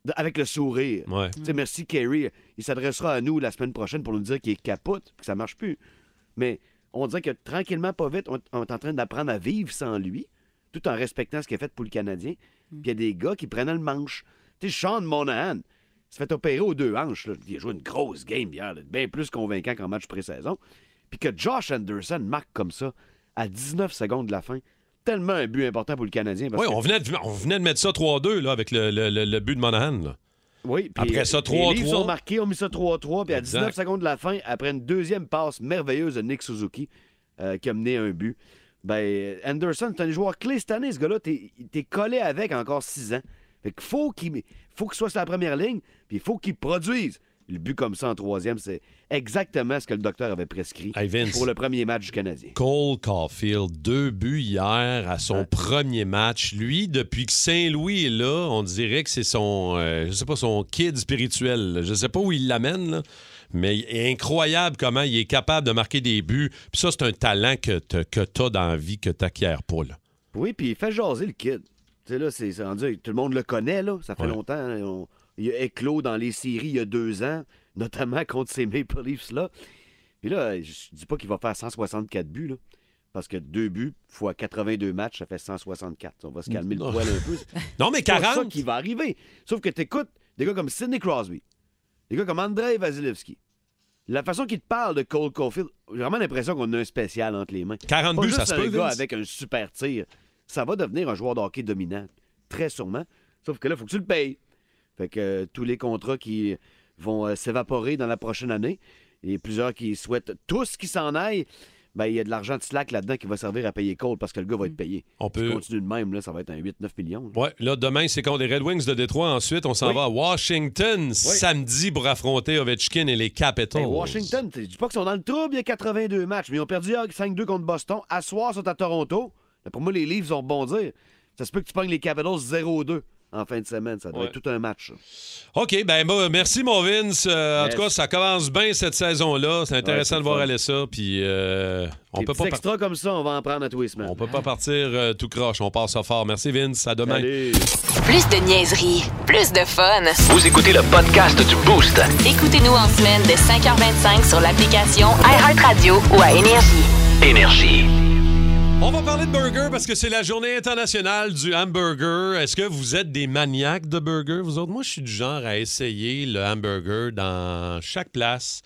L: de- avec le sourire.
C: Ouais.
L: Tu sais, merci Kerry. Il s'adressera à nous la semaine prochaine pour nous dire qu'il est capote, que ça marche plus. Mais on dirait que tranquillement, pas vite, on, on est en train d'apprendre à vivre sans lui, tout en respectant ce qu'il a fait pour le Canadien. Puis il y a des gars qui prennent le manche. Tu sais, Sean Monahan s'est fait opérer aux deux hanches. là. Il a joué une grosse game hier, là, bien plus convaincant qu'en match pré-saison. Puis que Josh Anderson marque comme ça à 19 secondes de la fin. Tellement un but important pour le Canadien. parce
C: Oui,
L: que-
C: on venait, de, on venait de mettre ça 3-2 là, avec le, le- le- le but de Monahan. là.
L: Oui, puis
C: Après ça,
L: les
C: 3-3.
L: Leafs ont marqué, ont mis ça 3-3, puis à
C: Exact.
L: 19 secondes de la fin, après une deuxième passe merveilleuse de Nick Suzuki, euh, qui a mené un but. Ben, Anderson, c'est un joueur clé cette année, ce gars-là. T'es t'es collé avec encore 6 ans. Fait qu'il faut qu'il faut qu'il soit sur la première ligne, puis il faut qu'il produise. Le but comme ça en troisième, c'est exactement ce que le docteur avait prescrit
C: Hey, Vince.
L: pour le premier match du Canadien.
C: Cole Caulfield, deux buts hier à son premier match. Lui, depuis que Saint-Louis est là, on dirait que c'est son, euh, je sais pas, son kid spirituel. là. Je sais pas où il l'amène, là, mais il est incroyable comment il est capable de marquer des buts. Puis ça, c'est un talent que t'as que t'as dans la vie, que t'acquiers pas. Là.
L: Oui, puis il fait jaser le kid. Tu sais, là, c'est c'est rendu- tout le monde le connaît, là. Ça fait
C: Ouais.
L: longtemps. hein, on- il a éclos dans les séries il y a deux ans, notamment contre ces Maple Leafs-là. Puis là, je dis pas qu'il va faire 164 buts, là. Parce que deux buts fois 82 matchs, ça fait 164. On va se calmer le poil un peu.
C: Non, mais
L: C'est pas
C: 40.
L: ça qui va arriver. Sauf que tu écoutes des gars comme Sidney Crosby, des gars comme Andrei Vasilevski. La façon qu'ils te parlent de Cole Caulfield, j'ai vraiment l'impression qu'on a un spécial entre les mains.
C: 40
L: Pas
C: buts,
L: juste
C: ça se
L: un
C: peut,
L: gars
C: Vince.
L: avec un super tir. Ça va devenir un joueur de hockey dominant, très sûrement. Sauf que là, il faut que tu le payes. Fait que euh, tous les contrats qui vont euh, s'évaporer dans la prochaine année et plusieurs qui souhaitent tous qu'ils s'en aillent, ben, il y a de l'argent de slack là-dedans qui va servir à payer Cole parce que le gars va être payé.
C: Mm. On
L: Si
C: peut-
L: tu continues de même, là, ça va être un 8-9 millions. là.
C: Ouais, là, demain, c'est contre les Red Wings de Détroit. Ensuite, on s'en va à Washington samedi pour affronter Ovechkin et les Capitals.
L: Hey, Washington, tu- je dis pas qu'ils sont dans le trouble, il y a 82 matchs, mais ils ont perdu hier 5-2 contre Boston. À soir, ils sont à Toronto. Là, Pour moi, les Leafs vont rebondir. Ça se peut que tu pognes les Capitals 0-2 en fin de semaine. Ça doit
C: Ouais.
L: être tout un match. ça.
C: OK, ben bah, merci, mon Vince. Euh, En
L: Yes.
C: tout cas, ça commence bien cette saison-là. C'est intéressant
L: Ouais, c'est
C: de voir
L: le fun.
C: aller ça. Puis, euh, on
L: Des
C: peut
L: petits
C: pas, par-
L: extras comme ça, on va en prendre à tous les semaines.
C: on peut pas partir euh, tout croche. On part ça fort. Merci, Vince. À demain.
A: Plus de niaiserie, plus de fun.
B: Vous écoutez le
D: Ah,
B: podcast du Boost.
A: Écoutez-nous en semaine dès 5h25 sur l'application iHeartRadio ou à Énergie.
B: Énergie.
C: On va parler de burger parce que c'est la journée internationale du hamburger. Est-ce que vous êtes des maniaques de burger, vous autres? Moi, je suis du genre à essayer le hamburger dans chaque place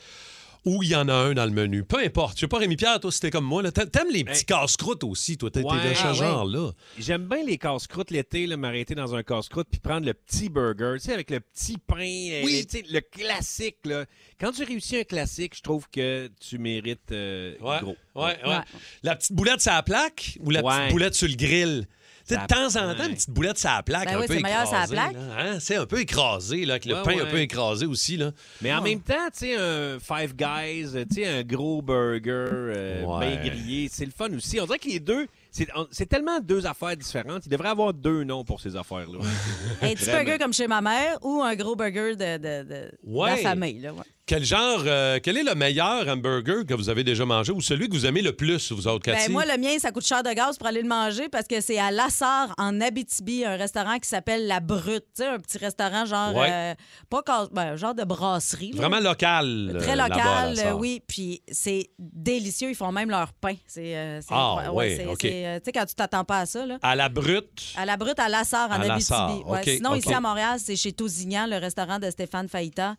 C: où il y en a un dans le menu. Peu importe. Je sais pas, Rémi-Pierre, toi, c'était comme moi. là. T'a- T'aimes les petits
D: Ben,
C: casse-croûtes aussi, toi. T'es t'es de
D: ah
C: ce genre-là.
D: J'aime bien les casse-croûtes l'été, là, m'arrêter dans un casse-croûte puis prendre le petit burger, tu sais, avec le petit pain, euh,
C: Oui.
D: tu sais, le classique. Là. Quand tu réussis un classique, je trouve que tu mérites euh,
C: Ouais,
D: gros.
C: ouais, ouais. La petite boulette sur la plaque ou la
D: Ouais.
C: petite boulette sur le grill? Tu sais, de
D: Ça-
C: temps en temps, une petite boulette sur la plaque,
F: Ben
C: un
F: oui,
C: peu
F: c'est meilleur sur la
C: écrasée,
F: plaque.
C: là, hein? C'est un peu écrasé, là, avec le
D: Ouais,
C: pain un
D: ouais.
C: peu écrasé aussi. Là.
D: Mais
F: Ah
D: en même temps, tu sais, un Five Guys, tu sais, un gros burger euh,
C: Ouais.
D: bien grillé, c'est le fun aussi. On dirait que les deux, c'est on- c'est tellement deux affaires différentes. Il devrait avoir deux noms pour ces affaires-là.
F: Un petit
D: Vraiment.
F: burger comme chez ma mère ou un gros burger de, de- de- de la
C: Ouais.
F: famille. là, ouais.
C: Quel genre, euh, quel est le meilleur hamburger que vous avez déjà mangé ou celui que vous aimez le plus, vous autres, Cathy?
F: Ben, moi, le mien, ça coûte cher de gaz pour aller le manger parce que c'est à Lassar, en Abitibi, un restaurant qui s'appelle La Brute. Tu sais, un petit restaurant genre.
C: Ouais.
F: euh, pas cas- ben, genre de brasserie. là.
C: Vraiment local. euh,
F: Très
C: là-bas, là,
F: local,
C: ça.
F: euh, oui. Puis c'est délicieux. Ils font même leur pain. C'est. euh, c'est
C: Ah,
F: incroyable.
C: ouais,
F: c'est-
C: OK.
F: c'est, euh, Tu sais, quand tu t'attends pas à ça, là.
C: À la brute.
F: À la Brute, à Lassar, en
C: À
F: Abitibi.
C: Lassar,
F: Ouais,
C: OK,
F: Sinon,
C: OK.
F: ici à Montréal, c'est chez Tousignan, le restaurant de Stéphane Faïta.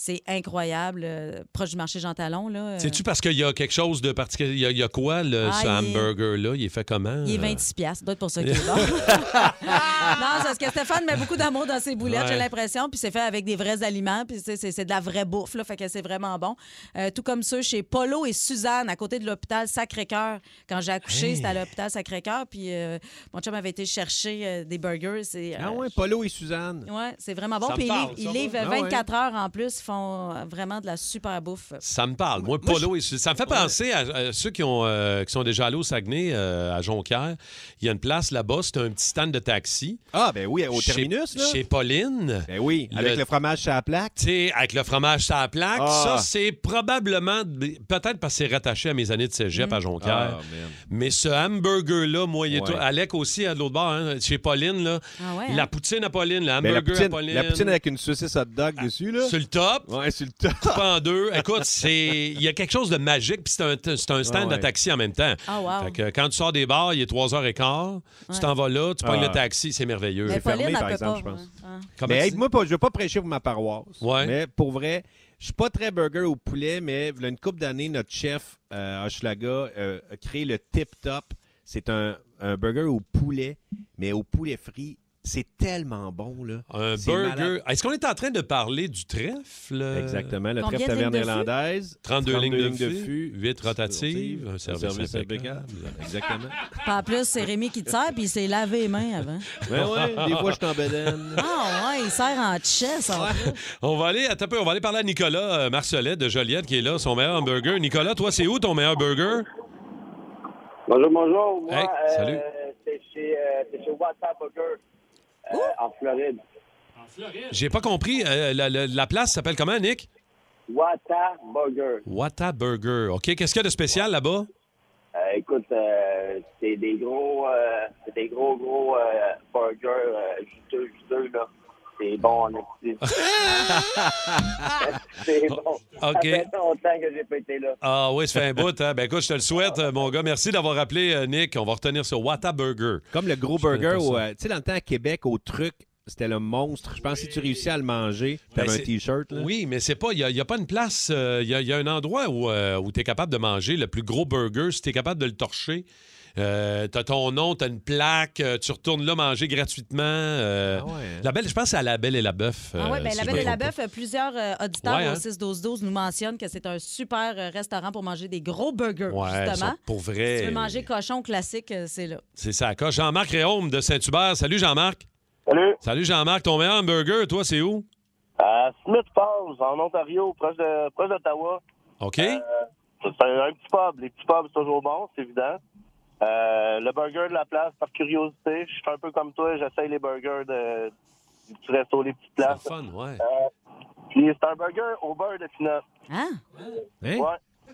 F: C'est incroyable. euh, proche du marché Jean Talon, là. euh,
C: Sais-tu parce qu'il y a quelque chose de particulier? Il y a, il y a quoi, le,
F: Ah,
C: ce
F: il est-
C: hamburger-là? Il est fait comment?
F: Il est
C: euh?
F: 26 piastres. doit être pour ça qu'il est bon. non, c'est parce que Stéphane met beaucoup d'amour dans ses boulettes,
C: Ouais.
F: j'ai l'impression. Puis c'est fait avec des vrais aliments. Puis c'est- c'est c'est de la vraie bouffe, là. Fait que c'est vraiment bon. Euh, tout comme ceux chez Polo et Suzanne, à côté de l'hôpital Sacré-Cœur. Quand j'ai accouché,
D: Hey.
F: c'était à l'hôpital Sacré-Cœur. Puis euh, mon chum avait été chercher euh, des burgers. C'est, euh,
D: ah ouais, Polo et Suzanne.
F: Ouais, c'est vraiment bon.
D: Ça me
F: Puis ils
D: parle,
F: livrent-
D: ça,
F: ils
D: moi.
F: livrent
D: Ah ouais.
F: 24 heures en plus. Ils font euh, vraiment de la super bouffe.
C: Ça me parle. Moi, Polo, et Su- ça me fait penser à, à ceux qui, ont, euh, qui sont déjà allés au Saguenay, euh, à Jonquière. Il y a une place là-bas, c'est un petit stand de taxi.
D: Ah, ben oui, au
C: Chez-
D: terminus, là.
C: Chez Pauline.
D: Ben oui,
C: Ah
D: avec le fromage sur la plaque.
C: Tu sais, avec le fromage sur la plaque,
D: Ah.
C: ça, c'est probablement... Peut-être parce que c'est rattaché à mes années de cégep
F: Mm.
D: Mhm.
C: à Jonquière.
D: Ah, man.
C: Mais ce hamburger-là, moi, il est
D: Ouais.
C: tout- Alec aussi, à de l'autre bord, hein, chez Pauline, là.
F: Ah ouais,
C: La
F: hein?
C: poutine à Pauline, le
D: Ben,
C: hamburger
D: la,
C: à
D: poutine,
C: Pauline.
D: la poutine avec une saucisse hot dog dessus, là.
C: Sur le top.
D: Ouais, sur le top.
C: Coupé en deux. Euh, Écoute, c'est il y a quelque chose de magique, puis c'est un, c'est un stand
D: Ah ouais.
C: de taxi en même temps.
F: Ah, wow.
C: Fait que quand tu sors des bars, il est 3h15, tu
F: Ouais.
C: t'en vas là, tu prends
D: Ah.
C: le taxi, c'est merveilleux.
F: Mais
D: C'est
F: Pauline,
D: Euh, fermé,
F: elle
D: par
F: peut
D: exemple,
F: pas, hein. Ah.
D: je pense.
F: ouais, ouais.
C: Comment
D: Mais
C: tu
D: hey, moi, pas- je veux pas prêcher pour ma paroisse.
C: Ouais.
D: Mais pour vrai, je suis pas très burger au poulet, mais il y a une couple d'années, notre chef euh, à Hochelaga euh, a créé le Tip Top. C'est un, un burger au poulet, mais au poulet frit. C'est tellement bon, là.
C: Un
D: C'est
C: burger.
D: malade.
C: Est-ce qu'on est en train de parler du trèfle?
D: Exactement, le
F: Combien
D: trèfle
F: de
D: taverne
F: lignes de fût?
D: irlandaise.
C: 32, lignes de, fût,
D: fût,
C: 8 rotatives, un
D: un
C: service,
D: service
C: impeccable.
D: impeccable. Exactement.
F: Puis en plus, c'est Rémi qui te sert, puis il s'est lavé les mains avant.
D: Mais Ben ouais, des fois, je suis en bedaine.
F: Ah ouais, il sert en chess. en plus.
C: On va aller attends un peu, on va aller parler à Nicolas euh, Marcelet de Joliette qui est là, son meilleur hamburger. Nicolas, toi, c'est où ton meilleur burger?
M: Bonjour, bonjour. Moi,
C: Hey,
M: euh,
C: salut.
M: c'est chez, euh, c'est chez WhatsApp Burger euh, en Floride.
C: J'ai pas compris. euh, la, la- la place s'appelle comment, Nick?
M: WhatsApp Burger.
C: Wata Burger. OK. Qu'est-ce qu'il y a de spécial là-bas?
M: Euh, écoute, euh, c'est des gros, euh, c'est des gros, gros euh, burgers euh, juteux, juteux, là. c'est bon, en esti. c'est bon. Ça
C: Oh, OK.
M: fait longtemps que j'ai pas été là.
C: Ah oui, ça fait un bout. Hein? Ben écoute, je te le souhaite, euh, mon gars. Merci d'avoir appelé, euh, Nick. On va retenir sur Whataburger.
D: Comme le gros burger, au, euh, tu sais, dans le temps à Québec, au truc, c'était le monstre. Je pense que si tu réussis à le manger,
C: Ben,
D: t'avais un
C: c'est-
D: T-shirt. là.
C: Oui, mais c'est pas. Il n'y a, pas une place. euh, Il y, a- il y a un endroit où, tu es capable de manger le plus gros burger si tu es capable de le torcher. Euh, t'as ton nom, t'as une plaque, euh, tu retournes là manger gratuitement. euh, La belle, je pense que c'est à la belle et la bœuf.
F: Ah ouais, ben, la Belle et la Bœuf, euh, plusieurs euh, auditeurs
C: Ouais, hein.
F: au 6-12-12 nous mentionnent que c'est un super euh, restaurant pour manger des gros burgers,
C: Ouais,
F: justement.
C: ça, pour
F: Si tu
C: vrai.
F: veux manger cochon classique, euh, c'est là.
C: C'est ça, coche. Jean-Marc Réaume de Saint-Hubert. Salut, Jean-Marc.
M: Salut.
C: Salut, Jean-Marc. Ton meilleur hamburger, toi, c'est où?
M: À Smith Falls, en Ontario, proche de proche d'Ottawa.
C: OK.
M: Euh, c'est un petit pub. Les petits pubs, c'est toujours bon, c'est évident. Euh, le burger de la place, par curiosité, je suis un peu comme toi, j'essaye les burgers de, du petit resto, les petites places.
C: C'est
M: Euh,
C: fun, ouais.
M: puis c'est un burger au beurre de pinot.
F: Hein?
M: Ouais.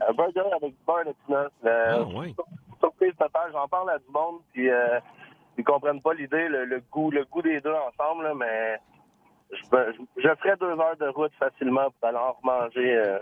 M: Un burger avec du beurre de pinot. Euh,
D: Ah, ouais.
M: Surprise totale, j'en parle à du monde, puis euh, ils comprennent pas l'idée, le, le goût, le goût des deux ensemble, là, mais je, je, je ferais deux heures de route facilement pour aller en remanger. euh,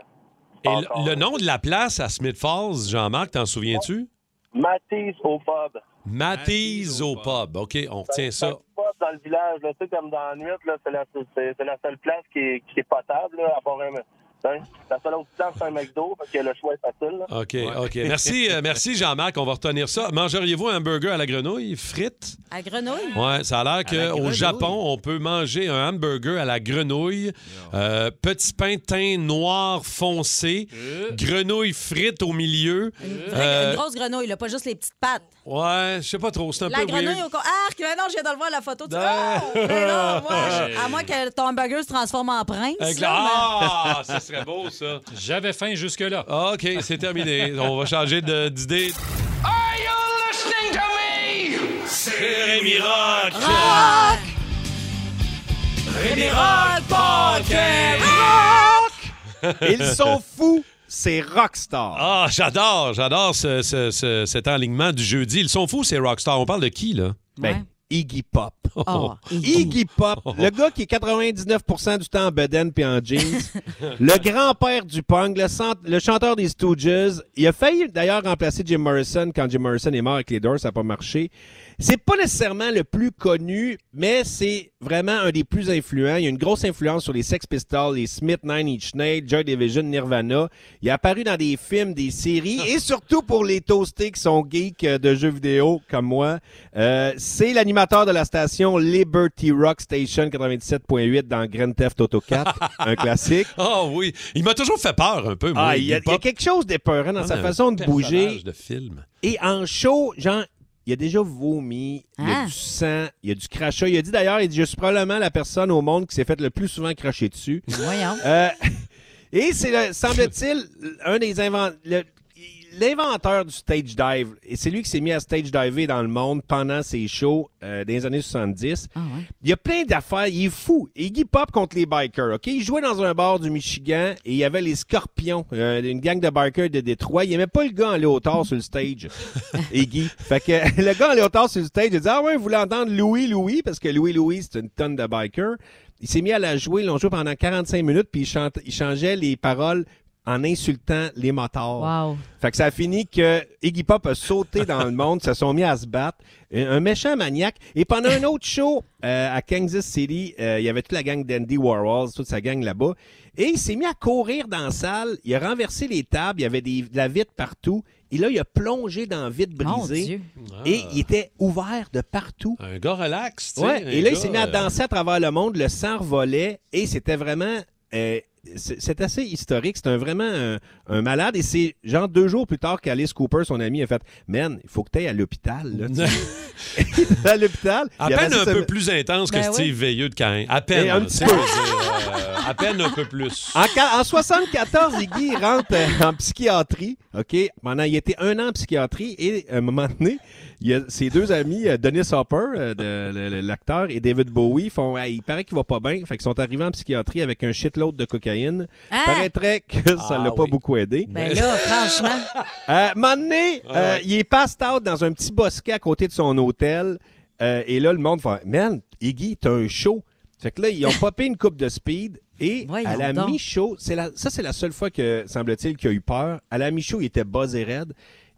C: Et le, le nom de la place à Smith Falls, Jean-Marc, t'en souviens-tu?
M: Matisse au pub.
C: Matisse au pub. OK, on retient ça.
M: Pas dans le village, là, tu sais, comme dans la nuit, là, c'est la, c'est- c'est la seule place qui est, qui est potable, là, à part un. hein, La seule autre place, c'est un McDo, parce que le choix est facile. là.
C: OK, OK. Merci, euh, merci Jean-Marc. On va retenir ça. Mangeriez-vous un burger à la grenouille, frites?
F: À Grenouille?
C: Ouais, ça a l'air
F: À la
C: qu'au
F: grenouille.
C: Japon, on peut manger un hamburger à la grenouille. Euh, petit pain teint noir foncé. Grenouille frite au milieu.
F: Une
C: Euh,
F: grosse grenouille, là, pas juste les petites pattes.
C: ouais, je sais pas trop. C'est un
F: La
C: peu
F: grenouille
C: weird.
F: au con. Arc! Mais non, je viens de le voir, la photo. Tu...
C: Ah!
F: Oh! Mais non, moi, à moins que ton hamburger se transforme en prince.
C: Avec la-
F: là, mais-
C: Ah, ce serait beau, ça. J'avais faim jusque-là. OK, c'est terminé. On va changer de- d'idée.
B: Are you listening to me? C'est Rémi Rock. Rémi Rock
D: Ils sont fous, c'est rockstar.
C: Ah, j'adore, j'adore ce- ce- ce- cet enlignement du jeudi. Ils sont fous, ces rockstars. On parle de qui, là?
D: Ben, Ouais. Iggy Pop.
F: Ah,
C: Oh,
D: Iggy Pop, le gars qui est 99% du temps en bedaine puis en jeans, le grand-père du punk, le, cent- le chanteur des Stooges. Il a failli d'ailleurs remplacer Jim Morrison quand Jim Morrison est mort avec les Doors, ça n'a pas marché. C'est pas nécessairement le plus connu, mais c'est vraiment un des plus influents. Il a une grosse influence sur les Sex Pistols, les Smith, Nine Inch Nails, Joy Division, Nirvana. Il est apparu dans des films, des séries et surtout pour les toastés qui sont geeks euh, de jeux vidéo comme moi. Euh, c'est l'animateur de la station Liberty Rock Station 97.8 dans Grand Theft Auto 4, un classique.
C: Ah oui, il m'a toujours fait peur un peu, moi.
D: Ah, il y, a-
C: Iggy Pop.
D: il y a quelque chose d'épeurant dans
C: Ah,
D: sa
C: un
D: façon de bouger.
C: personnage de film.
D: Et en show, genre, il a déjà vomi, il y a
C: Ah.
D: du sang, il y a du crachat. Il a dit d'ailleurs, il dit, je suis probablement la personne au monde qui s'est fait le plus souvent cracher dessus. Euh,
F: Voyons.
D: et c'est, le- semble-t-il, un des invent- le- L'inventeur du stage dive, et c'est lui qui s'est mis à stage diver dans le monde pendant ses shows euh, des années 70. Il y a plein d'affaires, il est fou. Iggy Pop contre les bikers, OK? Il jouait dans un bar du Michigan et il y avait les Scorpions, euh, une gang de bikers de Détroit. Il aimait pas le gars en léotard sur le stage, Iggy. Fait que le gars en léotard sur le stage, il dit « Ah ouais, vous voulez entendre Louis Louis? » Parce que Louis Louis, c'est une tonne de bikers. Il s'est mis à la jouer, ils l'ont joué pendant 45 minutes, puis il, chante- il changeait les paroles en insultant les motards.
F: Wow.
D: Fait que ça a fini que Iggy Pop a sauté dans le monde, se sont mis à se battre. Un un méchant maniaque. Et pendant un autre show euh, à Kansas City, euh, il y avait toute la gang d'Andy Warhols, toute sa gang là-bas. Et il s'est mis à courir dans la salle. Il a renversé les tables. Il y avait des- de la vitre partout. Et là, il a plongé dans la vitre
C: Mon
D: brisée.
C: Dieu.
D: Et il était ouvert de partout.
C: Ah. Un gars relax, tu sais.
D: Ouais,
C: un
D: et là, il
C: gars,
D: s'est mis à
C: euh,
D: danser à travers le monde, le sang revolait, et c'était vraiment. euh, c'est c'est assez historique. C'est un, vraiment un, un malade. Et c'est genre deux jours plus tard qu'Alice Cooper, son amie, a fait Man, il faut que tu à l'hôpital. là. Il était à l'hôpital.
C: À
D: il avait
C: peine
D: assez
C: un
D: sa-
C: peu plus intense que
D: Ben oui.
C: Steve Veilleux de Caen. À peine.
D: Et un
C: là,
D: petit
C: tu sais,
D: peu.
C: je veux dire, euh, à peine un peu plus.
D: En, ca- en 74, Iggy rentre euh, en psychiatrie. OK? Pendant, il était un an en psychiatrie et à un moment donné, il y a ses deux amis, euh, Dennis Hopper, euh, de- le- le- l'acteur, et David Bowie, font Hey, il paraît qu'il va pas bien. Fait qu'ils sont arrivés en psychiatrie avec un shitload de cocaïne. Paraîtrait que ça l'a pas beaucoup aidé.
F: Hein? Ben là, franchement.
D: Euh, moment donné,
F: Ah
D: euh,
F: ouais.
D: il est passed out dans un petit bosquet à côté de son hôtel. Euh, et là, le monde fait Man, Iggy, t'as un show. Fait que là, ils ont popé une coupe de speed et à la
N: donc.
D: mi-show, c'est la- ça, c'est la seule fois que, semble-t-il, qu'il a eu peur. À la mi-show, il était bas et raide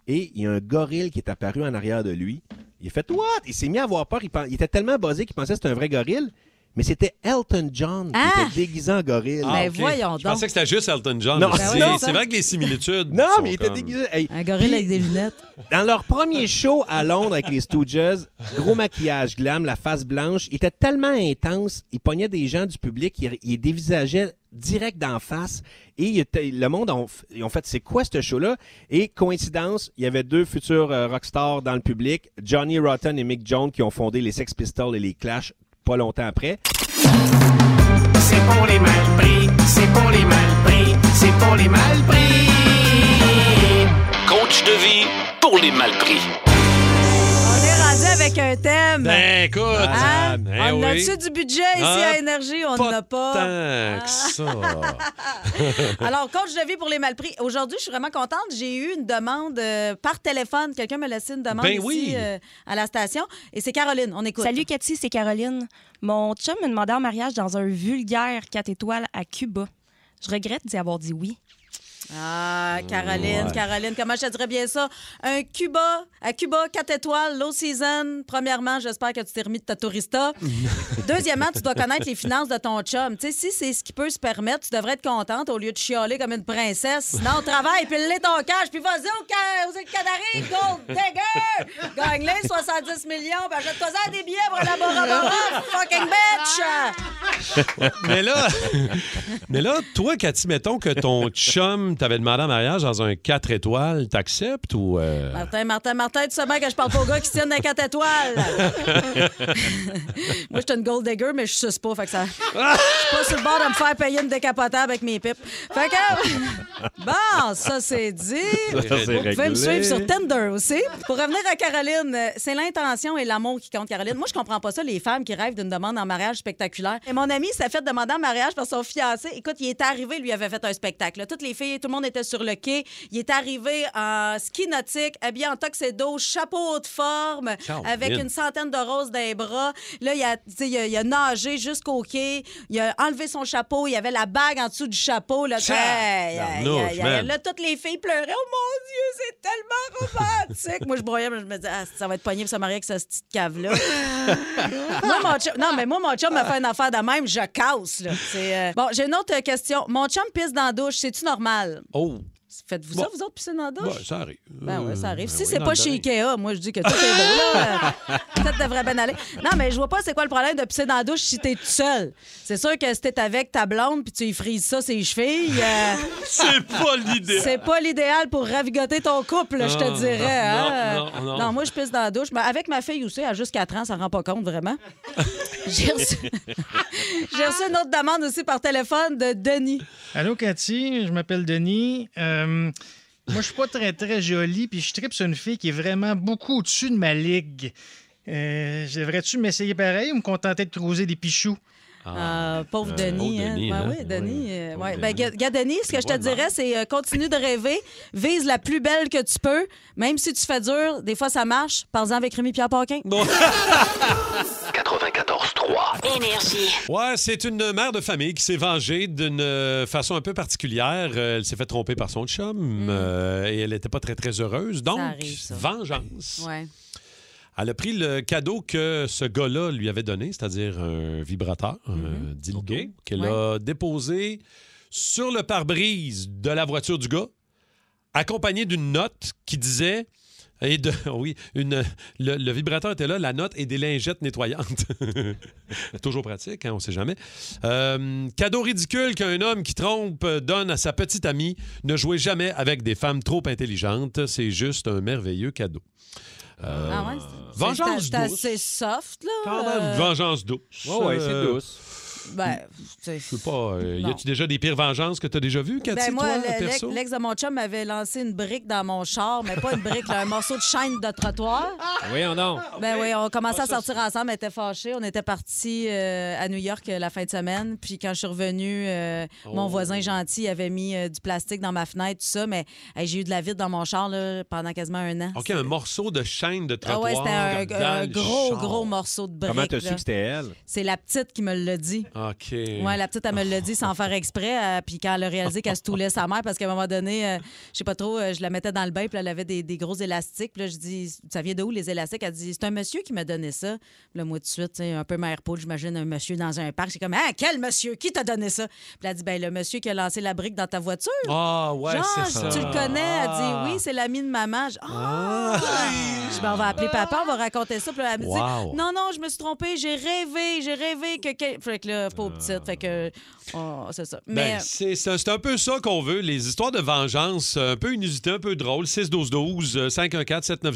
D: et il y a un gorille qui est apparu en arrière de lui. Il a fait What? Il s'est mis à avoir peur. Il, pen- il était tellement basé qu'il pensait que c'était un vrai gorille, mais c'était Elton John qui était déguisé en gorille.
C: Ah, ok. Je pensais que c'était juste Elton John.
D: Non,
C: aussi.
D: non, Ben ça-
C: c'est vrai que les similitudes.
D: Non,
C: sont
D: mais il était
C: comme-
D: déguisé. Hey,
F: Un gorille
D: puis-
F: avec des lunettes.
D: Dans leur premier show à Londres avec les Stooges, gros maquillage glam, la face blanche, il était tellement intense, il pognait des gens du public, il, il dévisageait direct d'en face et il était- le monde ont, f- ils ont fait c'est quoi ce show là et coïncidence il y avait deux futurs euh, rockstars dans le public Johnny Rotten et Mick Jones qui ont fondé les Sex Pistols et les Clash pas longtemps après
B: C'est pour les mal pris, c'est pour les mal pris, c'est pour les mal pris. Coach de vie pour les mal pris.
F: On est rendu avec un thème.
C: Ben, écoute,
F: Hein?
C: Anne, eh
F: on
C: oui.
F: a-tu du budget ici à
C: Ah,
F: Énergie? On n'en a pas.
C: Tant que ça.
F: Alors, coach de vie pour les malpris. Aujourd'hui, je suis vraiment contente. J'ai eu une demande euh, par téléphone. Quelqu'un me laissé une demande
O: Ben
F: ici
O: oui.
F: euh, à la station. Et c'est Caroline. On écoute.
O: Salut Cathy, c'est Caroline. Mon chum me demandait en mariage dans un vulgaire 4 étoiles à Cuba. Je regrette d'y avoir dit oui.
F: Ah, Caroline,
O: Ouais.
F: Caroline, comment je te dirais bien ça? Un Cuba, à Cuba, 4 étoiles, low season. Premièrement, j'espère que tu t'es remis de ta tourista. Deuxièmement, tu dois connaître les finances de ton chum. Tu sais, si c'est ce qui peut se permettre, tu devrais être contente au lieu de chialer comme une princesse. Sinon, travaille, puis l'est ton cash, puis vas-y au ca- aux îles Canaries, gold digger! Gagne-les 70 millions, puis achète-toi ça des billets pour la Bora Bora, fucking bitch!
C: mais là, mais là, toi, Cathy, mettons que ton chum t'avait demandé en mariage dans un 4 étoiles, t'acceptes ou. euh?
F: Martin, Martin, Martin, tu sais bien que je parle pas aux gars qui tiennent des 4 étoiles. Moi, j'étais une gold digger, mais je suce pas. Fait que ça. Je suis pas sur le bord de me faire payer une décapotable avec mes pipes. Fait que. Bon, ça, c'est dit.
B: Ça, c'est
F: Vous pouvez me
B: réglé.
F: suivre sur Tinder aussi. Pour revenir à Caroline, euh, c'est l'intention et l'amour qui compte, Caroline. Moi, je comprends pas ça, les femmes qui rêvent d'une demande en mariage spectaculaire. Et mon ami s'est fait demander en mariage par son fiancé. Écoute, il est arrivé, lui avait fait un spectacle. là. Toutes les filles, tout le monde était sur le quai. Il est arrivé en ski nautique, habillé en tuxedo, chapeau de forme,
O: Caroline.
F: avec une centaine de roses dans les bras. Là, il a, tu sais, il a, il a nagé jusqu'au quai. Il a enlevé son chapeau. Il avait la bague en dessous du chapeau. Là,
B: Tcha!
F: Aïe, aïe,
B: Barnouche,
F: aïe, aïe.
B: man.
F: Là, toutes les filles pleuraient. Oh mon Dieu, c'est tellement romantique. Moi, je broyais, mais je me disais, Ah, ça va être pogné pour se marier avec cette petite cave-là. moi, mon chum- non, mais moi, mon chum m'a fait une affaire de même. Je casse, là. C'est, euh, Bon, j'ai une autre question. Mon chum pisse dans la douche. C'est-tu normal?
C: Oh.
F: Faites-vous
C: Bon.
F: ça, vous autres, pisser dans la douche?
C: Ouais, ça arrive.
F: Ben ouais, ça
B: Euh,
F: arrive.
C: Ben
F: Si
C: oui,
F: c'est
C: dans
F: pas
C: le
F: chez
C: bain.
F: Ikea, moi, je dis que tout est beau, là. Euh, Ça devrait bien aller. Non, mais je vois pas c'est quoi le problème de pisser dans la douche si t'es tout seul. C'est sûr que si t'es avec ta blonde puis tu y frises ça ses chevilles... euh,
B: C'est pas l'idée.
F: C'est pas l'idéal pour ravigoter ton couple, je
B: Ah,
F: te dirais.
B: non,
F: hein.
B: non, non.
F: moi, je pisse dans la douche. Mais avec ma fille aussi, à juste 4 ans, ça rend pas compte, vraiment. J'ai reçu... J'ai reçu une autre demande aussi par téléphone de Denis.
P: Allô, Cathy, je m'appelle Denis. Euh, moi, je suis pas très, très jolie, puis je tripe sur une fille qui est vraiment beaucoup au-dessus de ma ligue. Euh, Devrais-tu m'essayer pareil ou me contenter de trouser des pichous?
F: Ah, pauvre
C: Euh,
F: Denis. hein. Ben oui, Denis. euh, ouais. Ben, gars- gars, Denis, ce que je te dirais, c'est euh, continue de rêver, vise la plus belle que tu peux, même si tu fais dur, des fois ça marche. Parle-en avec Rémi-Pierre Paquin.
B: 94-3. Énergie.
C: Ouais, c'est une mère de famille qui s'est vengée d'une euh, façon un peu particulière. Euh, Elle s'est fait tromper par son chum
F: Mm.
C: euh, et elle n'était pas très, très heureuse. Donc,
B: arrive, ça.
C: vengeance.
F: Ouais.
C: Elle a pris le cadeau que ce gars-là lui avait donné, c'est-à-dire un vibrateur, un dildo, qu'elle a déposé sur le pare-brise de la voiture du gars, accompagné d'une note qui disait. Et de, oui, une, le, le vibrateur était là, la note et des lingettes nettoyantes. Toujours pratique, hein, on ne sait jamais. Euh, cadeau ridicule qu'un homme qui trompe donne à sa petite amie. Ne jouez jamais avec des femmes trop intelligentes. C'est juste un merveilleux cadeau. Euh,
F: Ah ouais?
C: Vengeance
F: C'est
C: douce.
F: assez soft, là.
C: Quand même,
F: euh,
C: Vengeance douce.
D: Ouais, ouais, c'est
C: Euh,
D: douce.
F: Ben,
C: Je sais pas. euh, y
F: Non.
C: a-tu déjà des pires vengeances que tu as déjà vues, Cathy,
F: Ben, moi,
C: toi,
F: le- l'ex
C: perso?
F: l'ex de mon chum m'avait lancé une brique dans mon char, mais pas une brique, là, un morceau de chaîne de trottoir.
D: Oui, on a.
F: Ben oui, on commençait
D: Ah,
F: à
D: ça,
F: sortir ensemble, elle était fâchée. On était partis euh, à New York euh, la fin de semaine. Puis quand je suis revenue, euh, mon
N: Oh.
F: voisin gentil avait mis euh, du plastique dans ma fenêtre, tout ça. Mais hey, j'ai eu de la vide dans mon char là, pendant quasiment un an.
C: OK, un morceau de chaîne de
F: Ah
C: trottoir.
F: ouais, c'était un,
C: dans
F: un
C: le
F: gros,
C: char.
F: gros morceau de brique.
C: Comment t'as
F: là.
C: su que c'était elle?
F: C'est la petite qui me l'a dit.
C: OK.
F: Ah. Ouais, la petite, elle me l'a dit sans faire exprès. euh, puis quand elle a réalisé qu'elle se toulait sa mère, parce qu'à un moment donné, euh, je sais pas trop, euh, je la mettais dans le bain, puis là, elle avait des, des gros élastiques. Puis là, je dis, ça vient de où les élastiques? Elle dit, c'est un monsieur qui m'a donné ça. Puis là, moi, tout de suite, tu sais, un peu mère poule, j'imagine un monsieur dans un parc. C'est comme, ah, quel monsieur? Qui t'a donné ça? Puis elle dit, ben, le monsieur qui a lancé la brique dans ta voiture.
C: Ah, ouais,
F: Genre,
C: c'est ça. Ah.
F: tu le connais? Elle dit, oui, c'est l'ami de maman. Je, ah! Je ben, on va appeler papa, on va raconter ça. Puis là, elle me dit,
C: Wow.
F: non, non, je me suis trompée, j'ai rêvé, j'ai rêvé que. quel- Fait que là, pauvre petite, fait que. oh, c'est ça. Mais.
C: Ben, c'est c'est- c'est un peu ça qu'on veut, les histoires de vengeance, euh, un peu inusitées, un peu drôles. 6-12-12,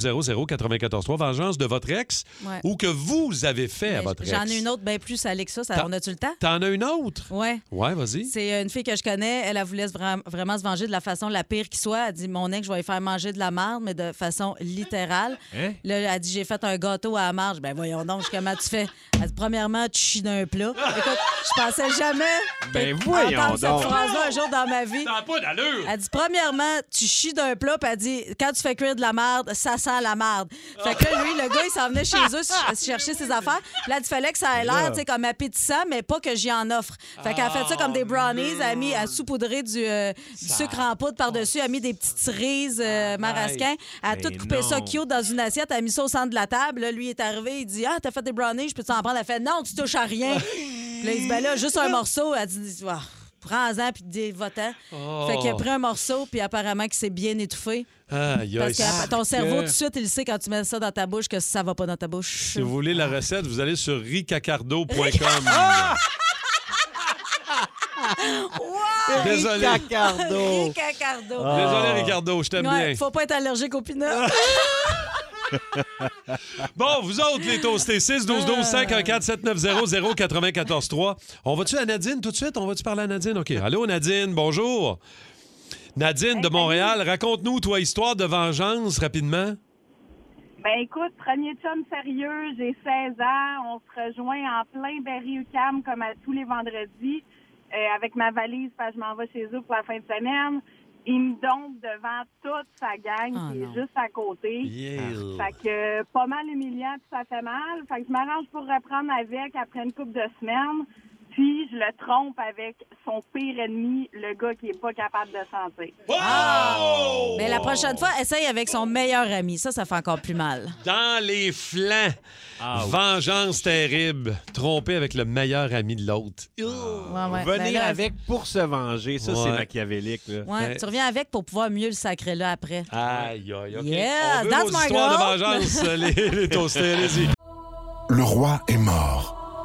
C: 514-7900-943, vengeance de votre ex
F: Ouais.
C: ou que vous avez fait à votre ex.
F: J'en ai une autre bien plus salée que ça. ça
C: T'en-
F: on a-tu le temps?
C: T'en as une autre?
F: Ouais.
C: Ouais, vas-y.
F: C'est une fille que je connais. Elle, elle voulait se vra- vraiment se venger de la façon la pire qui soit. Elle dit Mon ex, je vais lui faire manger de la marde, mais de façon littérale.
B: Hein?
F: Là, elle dit J'ai fait un gâteau à la marge. Ben voyons donc, je dis, comment tu fais Elle dit Premièrement, tu chies d'un plat. Écoute, je pensais jamais.
B: Ben
F: voyons
B: voyons
F: entendre cette
B: donc.
F: phrase-là un jour dans ma vie.
C: Ça n'a pas d'allure.
F: Elle dit Premièrement, tu chies d'un plat, puis elle dit Quand tu fais cuire de la marde, ça sent la marde. Fait que là, lui, le gars, il s'en venait chez eux ch- chercher ses affaires. Puis là, il fallait que ça ait l'air,
B: Là.
F: tu sais, comme appétissant, mais pas que j'y en offre. Fait qu'elle a fait ça comme des brownies, elle a mis à saupoudrer du, euh, du sucre en poudre par-dessus, elle a mis des petites cerises euh, marasquin, elle a
B: Mais
F: tout coupé ça
B: non.
F: cute dans une assiette, elle a mis ça au centre de la table. Là, lui il est arrivé, il dit Ah, t'as fait des brownies, je peux t'en prendre. Elle fait Non, tu touches à rien. Puis là, il dit Ben là, juste un morceau. Elle dit Ah, Prends-en puis dis votant.
C: Oh.
F: Fait qu'il a pris un morceau puis apparemment qu'il s'est bien étouffé.
C: Aïe,
F: Parce
C: aïe,
F: que
C: c'est
F: ton cerveau,
C: Ah, que-
F: tout de suite, il sait quand tu mets ça dans ta bouche que ça va pas dans ta bouche.
C: Si vous voulez la recette, vous allez sur ricacardo.com.
F: Ah! Wow!
C: Désolé.
B: Ricardo.
F: Ricardo.
C: Ah. Désolé, Ricardo, je t'aime
F: Ouais,
C: bien. Ah.
F: Faut pas être allergique aux peanuts.
C: bon, vous autres, les toastés, 6 12 12 514 790 094 3 On va-tu à Nadine tout de suite? On va-tu parler à Nadine? OK. Allô, Nadine, bonjour. Nadine de Montréal, raconte-nous, toi, histoire de vengeance rapidement.
Q: Ben écoute, premier chum sérieux, j'ai 16 ans, on se rejoint en plein Berry-UQAM comme à tous les vendredis euh, avec ma valise, parce que je m'en vais chez eux pour la fin de semaine. Il me dompe devant toute sa gang
B: Ah,
Q: qui
B: non.
Q: est juste à côté.
B: Yeah.
Q: Fait que euh, pas mal humiliant, puis ça fait mal. Fait que je m'arrange pour reprendre avec après une couple de semaines. Puis je le trompe avec son pire ennemi, le gars qui est pas capable de sentir.
F: Ah.
C: Oh.
F: Mais Ben, la prochaine fois, essaye avec son meilleur ami. Ça, ça fait encore plus mal.
C: Dans les flancs. Vengeance terrible. Trompé avec le meilleur ami de l'autre.
F: Ouais, ouais.
D: Venez
F: Ben là,
D: avec pour se venger. Ça, c'est
C: Ouais.
D: machiavélique. Là.
F: Ouais, tu reviens avec pour pouvoir mieux le sacrer là après.
C: Aïe, aïe, OK.
F: Yeah,
C: On veut
F: that's
C: vos
F: my
C: histoires
F: girl.
C: de vengeance, les, les toastés, allez-y.
I: Le roi est mort,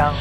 F: Ah,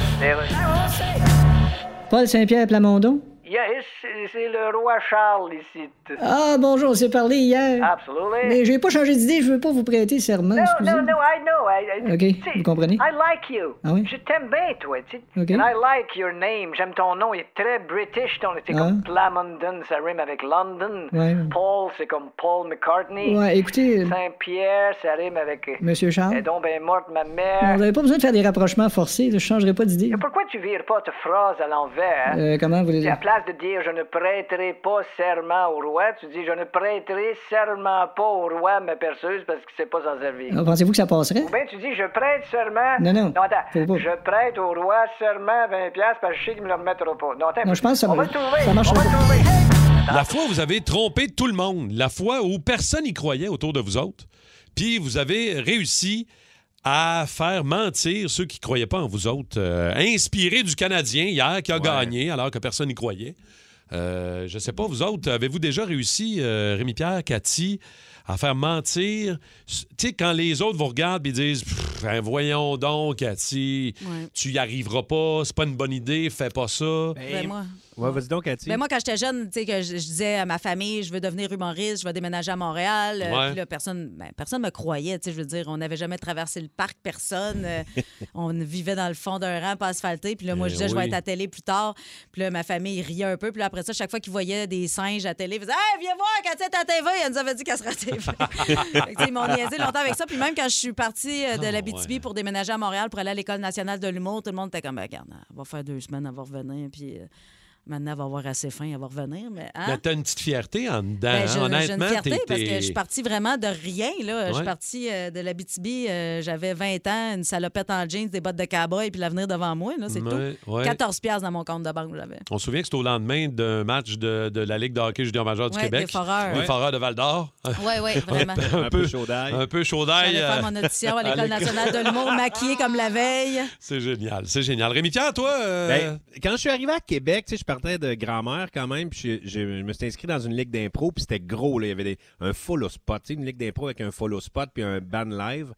K: Paul Saint-Pierre Plamondon?
R: Yes, c'est c'est le roi Charles ici.
K: Ah, bonjour, on s'est parlé hier.
R: Absolutely.
K: Mais j'ai pas changé d'idée, je veux pas vous prêter serment,
R: No,
K: excusez.
R: no, no, I know. I, I-
K: OK,
R: tu sais,
K: vous comprenez?
R: I like you.
K: Ah oui?
R: Je t'aime bien, toi, tu sais.
K: OK.
R: And I like your name. J'aime ton nom, il est très british. Ton, c'est
K: Ah.
R: comme Plamondon, ça rime avec London.
K: Ouais.
R: Paul, c'est comme Paul McCartney.
K: Ouais, écoutez- euh,
R: Saint-Pierre, ça rime avec... euh,
K: Monsieur Charles?
R: Elle est donc bien morte, ma
K: Non,
R: mère.
K: vous avez pas besoin de faire des rapprochements forcés, là, je changerai pas d'idée.
R: Pourquoi tu vires pas ta phrase à l'envers?
K: Euh, comment vous voulez
R: Tu,
K: dire?
R: À place de dire je ne prêterai pas serment au roi, tu dis je ne prêterai serment pas au roi ma perceuse parce qu'il ne sait pas s'en servir.
K: Ah, Pensez-vous que ça passerait?
R: Ou bien tu dis je prête serment.
K: Non, non,
R: attends.
K: faut pas.
R: Je prête au roi serment 20$ piastres parce que je sais qu'il me le remettra pas. Non, attends.
K: Non, je pense que ça
R: On va
K: me-
R: le trouver.
K: ça marchera
R: On va le
K: pas.
R: trouver.
C: La fois où vous avez trompé tout le monde, la fois où personne n'y croyait autour de vous autres, puis vous avez réussi à faire mentir ceux qui ne croyaient pas en vous autres. Euh, inspiré du Canadien hier qui a gagné alors que personne n'y croyait. Euh, je ne sais pas, vous autres, avez-vous déjà réussi, euh, Rémi-Pierre, Cathy, à faire mentir? Tu sais, quand les autres vous regardent et disent Pff, ben Voyons donc, Cathy,
F: Ouais.
C: tu y arriveras pas, c'est pas une bonne idée, fais pas ça.
F: Ben, moi-
D: Ouais, vas-y donc, Cathy.
F: Ben, moi, quand j'étais jeune, tu sais, que je, je disais à ma famille, je veux devenir humoriste, je vais déménager à Montréal. Euh,
C: Ouais.
F: Puis là, personne, ben, personne me croyait. tu sais, Je veux dire, on n'avait jamais traversé le parc, personne. Euh, on vivait dans le fond d'un rampe asphalté. Puis là, moi,
N: Eh
F: je disais, je
N: oui.
F: vais être à télé plus tard. Puis là, ma famille riait un peu. Puis là, après ça, chaque fois qu'ils voyaient des singes à télé, ils faisaient, hey, viens voir, Cathy est à TV. Elle nous avait dit qu'elle serait à TV. Fait que, tu sais, ils m'ont niaisé longtemps avec ça. Puis même quand je suis partie euh, de
N: Ah,
F: la BTB pour déménager à Montréal pour aller à l'École nationale de l'humour, tout le monde était comme, Ben, regarde, elle va faire deux semaines, elle va revenir. Puis euh, maintenant, elle va avoir assez faim, elle va revenir. Mais, hein?
C: Mais t'as une petite fierté en dedans.
F: Ben,
C: hein?
F: je- j'ai
C: Honnêtement,
F: une fierté
C: t'es-
F: parce que
C: t'es-
F: je suis partie vraiment de rien. Là. Je
C: Ouais.
F: suis partie euh, de la BTB, j'avais 20 ans, une salopette en jeans, des bottes de cowboy, puis l'avenir devant moi, là, c'est
C: Ouais,
F: tout.
C: ouais.
F: 14 piastres dans mon compte de banque, j'avais.
C: On se souvient que c'était au lendemain d'un match de, de la Ligue de hockey junior major du
F: Ouais,
C: Québec.
F: des Foreurs.
C: Des
F: Ouais.
C: Foreurs de Val-d'Or.
F: Ouais, ouais, vraiment.
C: un peu chaud d'ail. Un peu chaud d'ail.
F: J'allais
C: euh,
F: faire mon audition à l'École nationale de l'humour, maquillée comme la veille.
C: C'est génial, c'est génial. Rémi-Pierre, toi... euh,
D: Ben, quand je suis arrivé à Québec, tu sais, je partais de grand-mère quand même, puis je, je- je me suis inscrit dans une ligue d'impro, puis c'était gros, là, il y avait des- un follow spot, tu sais, une ligue d'impro avec un follow spot, puis un band live.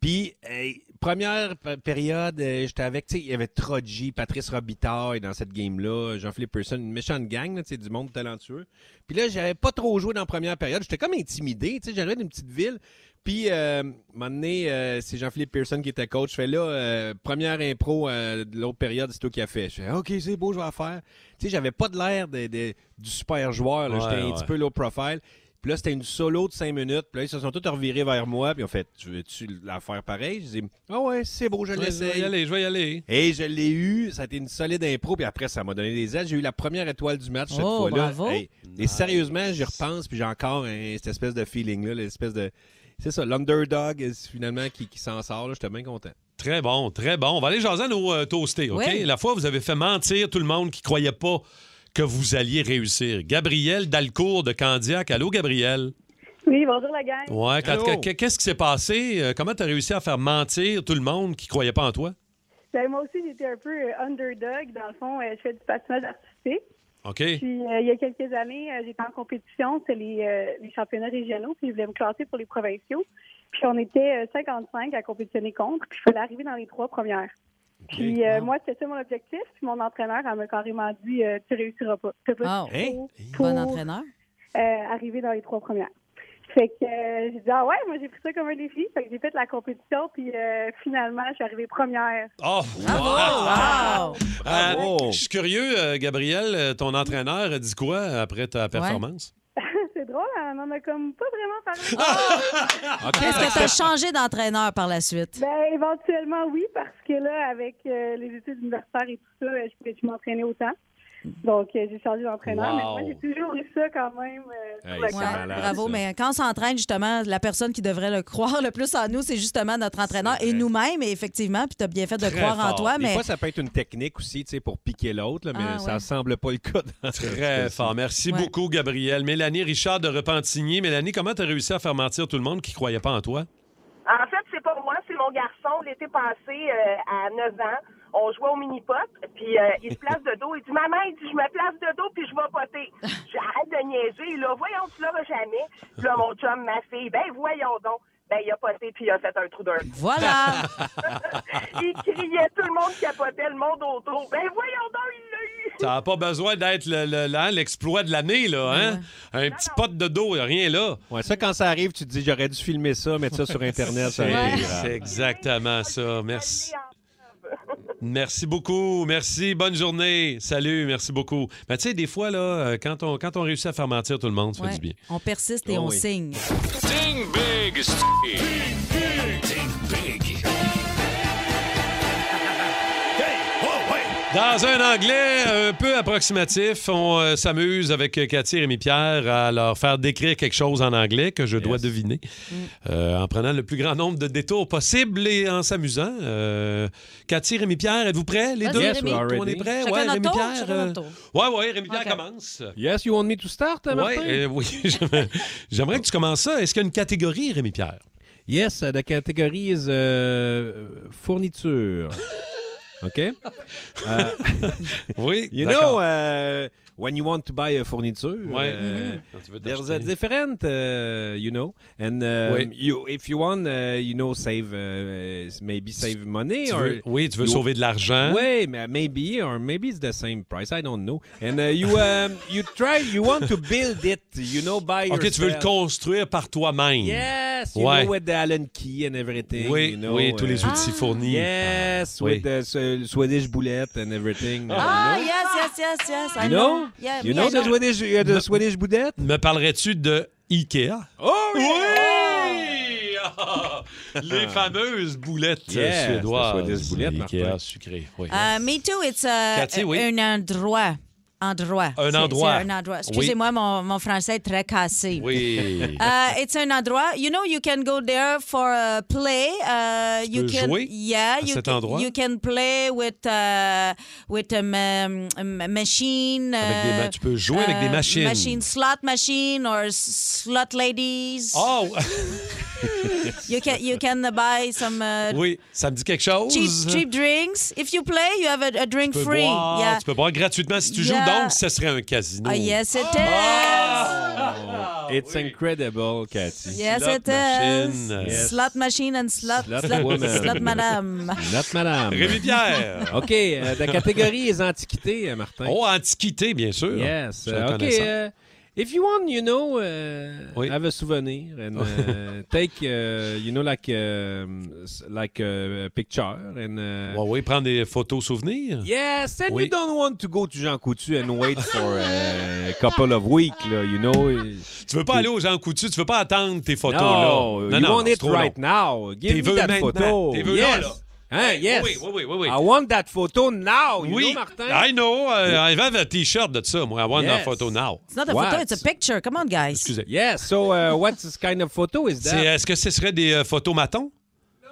D: Puis, hey, première p- période, euh, j'étais avec, tu sais, il y avait Troji, Patrice Robitaille dans cette game-là, Jean-Philippe Person, une méchante gang, là, tu sais, du monde talentueux. Puis là, j'avais pas trop joué dans la première période, j'étais comme intimidé, tu sais, j'arrivais d'une petite ville, puis, euh, un moment donné, euh, c'est Jean-Philippe Pearson qui était coach. Je fais là, euh, première impro euh, de l'autre période, c'est toi qui as fait. Je fais, OK, c'est beau, je vais la faire. Tu sais, j'avais pas de l'air de- de- du super joueur. là.
C: Ouais,
D: J'étais un
C: ouais.
D: petit peu low profile. Puis là, c'était une solo de cinq minutes. Puis là, ils se sont tous revirés vers moi. Puis ils ont fait, tu veux-tu la faire pareil? Je dis, ah ouais, c'est beau, je
C: Ouais,
D: l'essaye.
C: je vais y aller, je vais y aller.
D: Et je l'ai eu. Ça a été une solide impro. Puis après, ça m'a donné des ailes. J'ai eu la première étoile du match cette
C: Oh,
D: fois-là.
C: bravo.
D: Et sérieusement, j'y repense, puis j'ai encore hein, cette espèce de feeling-là, l'espèce de. C'est ça, l'underdog, euh, finalement, qui, qui s'en sort. là, J'étais bien content.
C: Très bon, très bon. On va aller jaser à nos euh, toastés, OK?
D: Oui.
C: La fois, vous avez fait mentir tout le monde qui ne croyait pas que vous alliez réussir. Gabriel Dalcourt de Candiac. Allô, Gabriel?
S: Oui, bonjour la gang.
C: Ouais, quand- qu- qu'est-ce qui s'est passé? Euh, Comment tu as réussi à faire mentir tout le monde qui ne croyait pas en toi?
S: Ben, moi aussi, j'étais un peu euh, underdog. Dans le fond, euh, je fais du patinage artistique.
C: OK?
S: Puis, euh, il y a quelques années, euh, j'étais en compétition. C'était les, euh, les championnats régionaux. Puis, je voulais me classer pour les provinciaux. Puis, on était euh, 55 à compétitionner contre. Puis, il fallait arriver dans les trois premières. Puis, euh, moi, c'était ça mon objectif. Puis, mon entraîneur, elle m'a carrément dit euh, Tu réussiras pas. T'as pas
F: Ah,
S: du tout pour,
F: Bon entraîneur.
S: euh, arriver dans les trois premières. Fait que euh, j'ai dit Ah ouais, moi, j'ai pris ça comme un défi. Fait que j'ai fait la compétition. Puis, euh, finalement, je suis arrivée première.
C: Oh,
F: Ah,
S: Bravo!
C: Euh, Je suis curieux, euh, Gabriel, euh, ton entraîneur a dit quoi après ta performance?
S: C'est drôle, hein, on en a comme pas vraiment parlé.
C: OK,
F: Est-ce que tu as changé d'entraîneur par la suite?
S: Ben, éventuellement, oui, parce que là, avec euh, les études universitaires et tout ça, euh, je pouvais plus m'entraîner autant. Donc, euh, j'ai changé d'entraîneur, mais
F: Wow.
S: moi, j'ai toujours eu ça quand même. euh, sur la
F: Ouais,
S: carte.
F: bravo, mais quand on s'entraîne, justement, la personne qui devrait le croire le plus en nous, c'est justement notre entraîneur et nous-mêmes, et effectivement. Puis tu as bien fait de
D: Très
F: croire en
D: fort.
F: toi,
D: Des
F: mais
D: fois, ça peut être une technique aussi, tu sais, pour piquer l'autre, là, mais
F: Ah,
D: ça
F: ouais.
D: semble pas le cas. dans ce
C: Très
D: cas-ci.
C: fort. Merci beaucoup, Gabriel. Mélanie Richard de Repentigny. Mélanie, comment tu as réussi à faire mentir tout le monde qui ne croyait pas en toi?
T: En fait, c'est pas moi, c'est mon garçon. L'été passé, euh, à 9 ans, on jouait au mini-pot, puis euh, il se place de dos. Il dit, maman, il dit, je me place de dos, puis je vais poter. J'arrête de niaiser. Là, voyons, tu l'auras jamais. Puis là, mon chum, ma fille, ben voyons donc. Ben, il a poté, puis il a fait un trou d'un coup.
F: Voilà!
T: il criait, tout le monde capotait, le monde autour. Ben voyons donc, il l'a eu.
C: Ça n'a pas besoin d'être le- le- le- hein, l'exploit de l'année, là. Hein? Un petit pote de dos, rien là.
D: Ouais, ça, quand ça arrive, tu te dis, j'aurais dû filmer ça, mettre ça sur Internet. hein. ça aurait
C: C'est
D: été grave.
C: c'est exactement ça. Merci. Merci beaucoup. Merci. Bonne journée. Salut. Merci beaucoup. Mais tu sais, des fois, là, euh, quand on, quand on réussit à faire mentir tout le monde, ça
F: Ouais.
C: fait du bien.
F: on persiste et
C: Oh
F: on
C: oui.
F: signe.
B: Ting big, Ting big, ting big.
C: Dans un anglais un peu approximatif, on euh, s'amuse avec Cathy et Rémi-Pierre à leur faire décrire quelque chose en anglais que je dois deviner euh, en prenant le plus grand nombre de détours possible et en s'amusant. Euh, Cathy, Rémi-Pierre, êtes-vous prêts, les
D: Vas-y,
C: deux?
D: Yes, Rémi. we are
C: On est
D: ready.
C: prêts?
D: Chacun
C: Ouais,
D: notre tour,
C: Rémi-Pierre.
D: chacun notre tour.
C: Ouais, ouais, Rémi-Pierre
D: OK.
C: commence.
D: Yes, you want me to start,
C: Ouais,
D: Martin?
C: euh, oui, j'aimerais- j'aimerais que tu commences ça. Est-ce qu'il y a une catégorie, Rémi-Pierre?
N: Yes, la catégorie is euh, fourniture. OK? Euh,
C: oui.
D: You
N: d'accord.
D: know, uh, when you want to buy a furniture,
N: Ouais.
D: uh,
N: Mhm. Quand tu veux
D: there's
N: t'acheter.
D: a different, uh, you know, and um,
C: Oui.
D: you, if you want, uh, you know, save, uh, maybe save money.
C: Tu
D: or
C: veux- oui, tu veux sauver de l'argent.
D: Oui, mais maybe, or maybe it's the same price, I don't know. And uh, you, um, you try, you want to build it, you know, by
C: OK, tu veux le
D: yourself.
C: construire par toi-même.
D: Yes, you
C: ouais.
D: know with the Allen key and everything.
C: Oui,
D: you know,
C: oui, tous les outils
D: Ah.
C: fournis.
D: Yes,
C: Ah, oui.
D: with the Swe- Swedish bullet and everything.
F: Ah, yes, yes, yes, yes. I
D: You know?
F: Yeah,
D: You
F: me,
D: know
F: I
D: the Swedish, uh, the Swedish boudette?
C: Me parlerais-tu de Ikea?
D: Oh,
C: oui! Ah, les fameuses boulettes
D: Yes, les
C: suédoises.
D: Swedish boulettes, Martin.
C: Ikea sucrées, oui.
F: Euh, me too, it's a-
C: Cathy, oui.
F: un endroit. Endroit.
C: Un
F: C'est-
C: endroit.
F: c'est un endroit. Excusez-moi, mon, mon français est très cassé.
C: Oui.
F: Uh, it's an endroit. You know, you can go there for a play. Uh, you
C: peux
F: can,
C: jouer
F: yeah,
C: à
F: you
C: cet
F: can,
C: endroit?
F: You can play with uh, with a ma- ma- machine.
C: Avec des ma-
F: uh,
C: tu peux jouer avec des
F: uh,
C: machines.
F: Machine, slot machine or s- slot ladies.
C: Oh!
F: you can you can buy some uh,
C: oui, ça me dit quelque chose.
F: cheap cheap drinks. If you play, you have a, a drink
C: uh, tu, peux
F: free.
C: boire,
F: yeah.
C: tu peux boire gratuitement si tu
F: Yeah.
C: joues, donc ce serait un casino.
F: Ah, yes, it is.
C: Ah!
D: It's incredible, Cathy.
F: Yes, it is. Slot machine and slot,
D: Slot
F: slot,
D: woman.
F: slot madame.
D: Not madame.
C: Rémi Pierre.
D: OK, euh, la catégorie les antiquités, euh, Martin.
C: Oh, antiquité, bien sûr.
D: Yes.
C: Je suis
D: euh,
C: un
D: OK.
C: connaisseur.
D: euh, if you want, you know, euh, have a souvenir and euh, take, euh, you know, like, euh, like a picture and... euh,
C: Ouais, oui, prendre des photos souvenirs.
D: Yes, and
C: Oui.
D: you don't want to go to Jean Coutu and wait for uh, a couple of weeks, là, you know.
C: Tu veux pas aller aux gens coutus, tu veux pas attendre tes photos
D: No,
C: là.
D: you want
C: c'est
D: it
C: trop
D: right
C: long.
D: now. Give
C: T'es
D: me
C: veux
D: that
C: maintenant.
D: photo.
C: T'es veux là,
D: yes.
C: là.
D: Hein,
C: Hey,
D: yes.
C: oui, oui, oui, oui, oui.
D: I want that photo now. You
C: Oui,
D: know, Martin?
C: I know. euh, I have a t-shirt de ça, moi. I want
D: Yes.
C: a photo now.
F: It's not a
D: What?
F: photo, it's a picture. Come on, guys.
C: Excusez.
D: Yes, so uh, what kind of photo is that?
C: C'est- Est-ce que ce serait des euh, photos matons?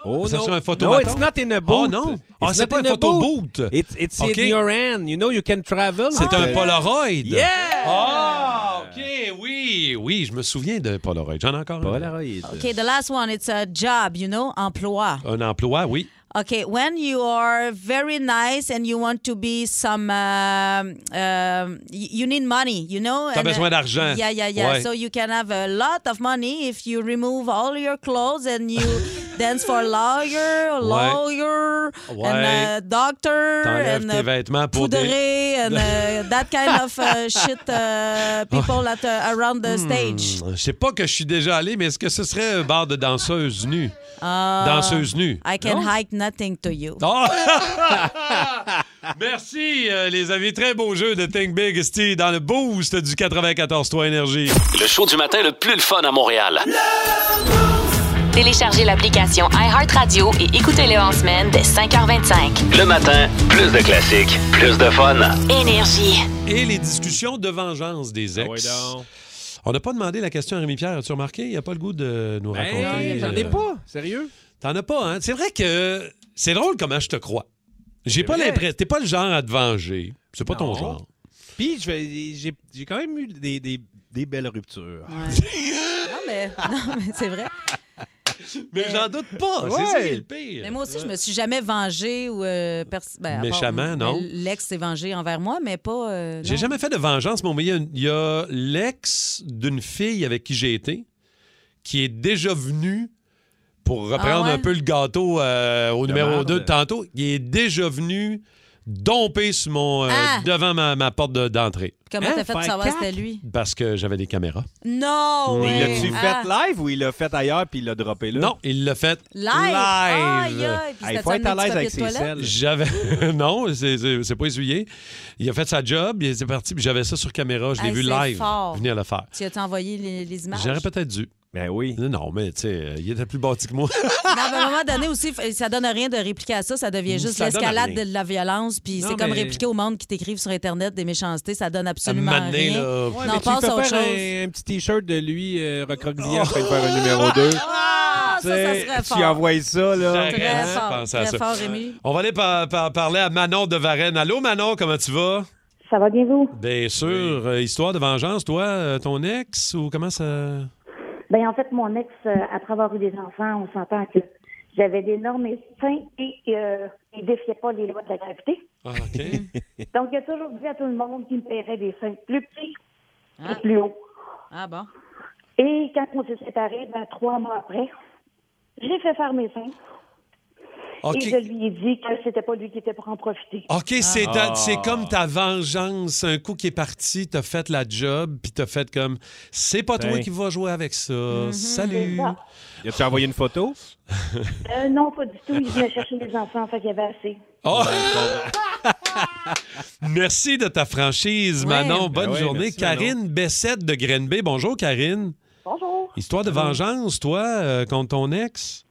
D: Oh,
C: ça
D: no.
C: serait un photo
D: no,
C: maton?
D: it's not in a boot.
C: Oh non, ah,
D: It's
C: c'est
D: not
C: pas
D: in
C: une
D: a
C: photo boot.
D: It's, it's
C: OK.
D: in your hand. You know, you can travel.
C: C'est
D: with
C: un
D: it.
C: Polaroid.
D: Yeah!
C: Ah, OK, oui, oui, je me souviens d'un Polaroid. J'en ai encore
D: Polaroid.
F: Okay, the last one, it's a job, you know, emploi.
C: Un emploi, oui.
F: Okay, when you are very nice and you want to be some, um, um, y- you need money, you know.
C: T'as
F: and, uh,
C: besoin d'argent.
F: Yeah, yeah, yeah.
C: Ouais.
F: So you can have a lot of money if you remove all your clothes and you dance for lawyer, lawyer,
C: Ouais.
F: and uh, doctor,
C: T'enlèves
F: and
C: tes
F: uh,
C: vêtements pour
F: poudré
C: des-
F: and uh, that kind of uh, shit uh, people at, uh, around
C: Hmm.
F: the stage.
C: Je sais pas que je suis déjà allé, mais est-ce que ce serait un bar de danseuses nues?
F: Ah.
C: Danseuse nue.
F: I can
C: Non?
F: hide nothing to you.
C: Oh! Merci, euh, les amis. Très beau jeu de Think Big Steve dans le boost du 94-3 Énergie.
B: Le show du matin le plus le fun à Montréal.
A: Téléchargez l'application iHeartRadio et écoutez-le en semaine dès 5h25.
B: Le matin, plus de classiques, plus de fun.
A: Énergie.
C: Et les discussions de vengeance des
D: Ah
C: ex. On n'a pas demandé la question à Rémi-Pierre. As-tu remarqué? Il a pas le goût de nous
D: Ben,
C: raconter.
D: Hey, j'en ai
C: euh,
D: pas. Sérieux?
C: T'en as pas, hein? C'est vrai que c'est drôle comment je te crois. J'ai pas
D: vrai.
C: l'impression. T'es pas le genre à te venger. C'est pas ton
D: Non.
C: genre.
D: Puis, je vais- j'ai j'ai quand même eu des, des, des belles ruptures.
F: Non, mais, non, mais c'est vrai. Euh,
C: Mais j'en doute pas.
D: Ouais.
C: C'est ça qui est le pire.
F: Mais moi aussi, je me suis jamais vengée ou. euh, pers- ben, à part-
C: Méchamment, non?
F: mais L'ex s'est vengé envers moi, mais pas. euh,
C: J'ai
F: non.
C: jamais fait de vengeance, mon mais il y a une- il y a l'ex d'une fille avec qui j'ai été qui est déjà venue pour reprendre
F: ouais?
C: un peu le gâteau euh, au
D: Ah De
C: numéro
D: marde.
C: 2 de tantôt. Il est déjà venu domper sur mon, euh,
F: Ah!
C: devant ma, ma porte de- d'entrée.
F: Comment
C: Hein?
F: t'as fait de savoir c'était lui?
C: Parce que j'avais des caméras.
F: Non!
C: Mm.
F: ouais.
C: Il
D: Tu
F: Ah.
D: fait live ou il l'a fait ailleurs puis il l'a droppé là?
C: Non, il l'a fait
F: Live! Aïe, aïe! Puis
D: Hey,
F: c'était
D: faut être
F: un
D: à
F: petit
D: l'aise
F: papier
D: avec
F: de
D: ses
F: toilette?
D: selles.
C: J'avais. non, c'est- c'est c'est pas essuyé. Il a fait sa job, il est parti, puis j'avais ça sur caméra, je l'ai
F: Hey,
C: vu
F: c'est
C: live
F: fort. Ah,
C: venir le faire.
F: Tu as-tu envoyé les, les images?
C: J'aurais peut-être dû.
D: Ben oui.
C: Non, mais tu sais, euh, il était plus bâti que moi.
F: Non, mais à un moment donné aussi, f- ça donne rien de répliquer à ça. Ça devient juste
C: Mm, Ça donne
F: l'escalade de
C: rien.
F: la violence. Puis
C: Non,
F: c'est comme
C: mais-
F: répliquer au monde qui t'écrivent sur Internet des méchancetés. Ça donne
C: À un
F: absolument
C: moment donné,
F: rien.
C: là.
F: Non,
D: tu
F: passe
D: fais
F: à autre
D: faire
F: chose. Oh.
D: un, un petit t-shirt de lui euh, recroquevillé après de faire un numéro 2.
F: Ah, ça, ça serait
D: Tu
F: fort.
D: envoies ça, là.
C: J'aurais dû penser à ça.
F: fort, Rémi.
C: On va aller par- par- parler à Manon de Varennes. Allô, Manon, comment tu vas?
U: Ça va bien vous?
C: Bien sûr. euh, histoire de vengeance, toi, euh, ton ex, ou comment ça.
U: Ben en fait, mon ex, euh, après avoir eu des enfants, on s'entend que j'avais d'énormes instincts et euh, il défiait pas les lois de la gravité.
C: Ah, OK.
U: Donc, il a toujours dit à tout le monde qu'il me paierait des seins plus petits et plus hauts.
F: Ah bon?
U: Et quand on s'est séparés, ben, trois mois après, j'ai fait faire mes seins.
C: OK.
U: Et je lui ai dit que c'était pas lui qui était pour en profiter.
C: OK, c'est
U: Ah.
C: ta- c'est comme ta vengeance. Un coup qui est parti, t'as fait la job, puis t'as fait comme c'est pas toi
D: Ben.
C: qui vas jouer avec ça. Salut.
U: C'est ça.
D: Il a-tu envoyé une photo?
U: Euh, non, pas du tout. Il venait chercher les enfants, fait qu'il y avait assez.
C: Oh! merci de ta franchise,
U: Ouais.
C: Manon. Bonne
D: Ben ouais,
C: journée.
D: merci, Manon.
C: Karine Bessette de Green Bay. Bonjour, Karine.
T: Bonjour.
C: Histoire de vengeance, toi, euh, contre ton ex?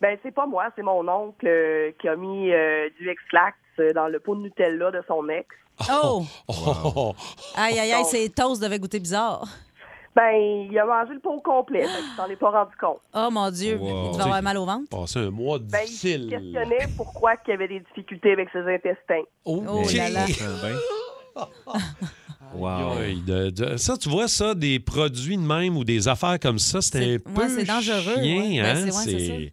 T: Ben, c'est pas moi, c'est mon oncle euh, qui a mis euh, du X-Lax euh, dans le pot de Nutella de son ex.
F: Oh!
C: Oh!
F: Aïe, aïe, aïe, ces toasts devaient goûter bizarre.
T: Ben, il a mangé le pot au complet, fait qu'il s'en est pas rendu compte.
F: Oh mon Dieu,
C: Wow.
F: il devait avoir mal au ventre.
C: Passé un mois
T: Ben, il se
C: difficile.
T: questionnait pourquoi qu'il y avait des difficultés avec ses intestins.
F: Oh
C: Ok.
D: Wow.
C: Aïe, de- de- ça, tu vois ça, des produits de même ou des affaires comme ça, c'est un peu
F: ouais, c'est dangereux,
C: chien,
F: ouais. Ben,
C: hein?
F: c'est- ouais, c'est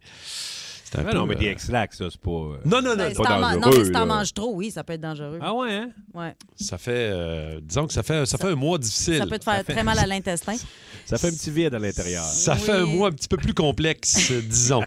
C: c'est un
D: Ah
C: peu,
D: non, mais des
C: euh,
D: ex-lax, ça, c'est pas. euh,
C: Non, non, non,
F: Ben,
C: non.
F: si t'en man- non, mais si t'en manges trop, oui, ça peut être dangereux.
D: Ah ouais, hein?
F: Ouais.
C: Ça fait, euh, disons que ça fait, ça fait un mois difficile.
F: Ça peut te faire très mal à l'intestin.
C: Ça fait un petit vide à l'intérieur. Ça fait un mois un petit peu plus complexe, disons.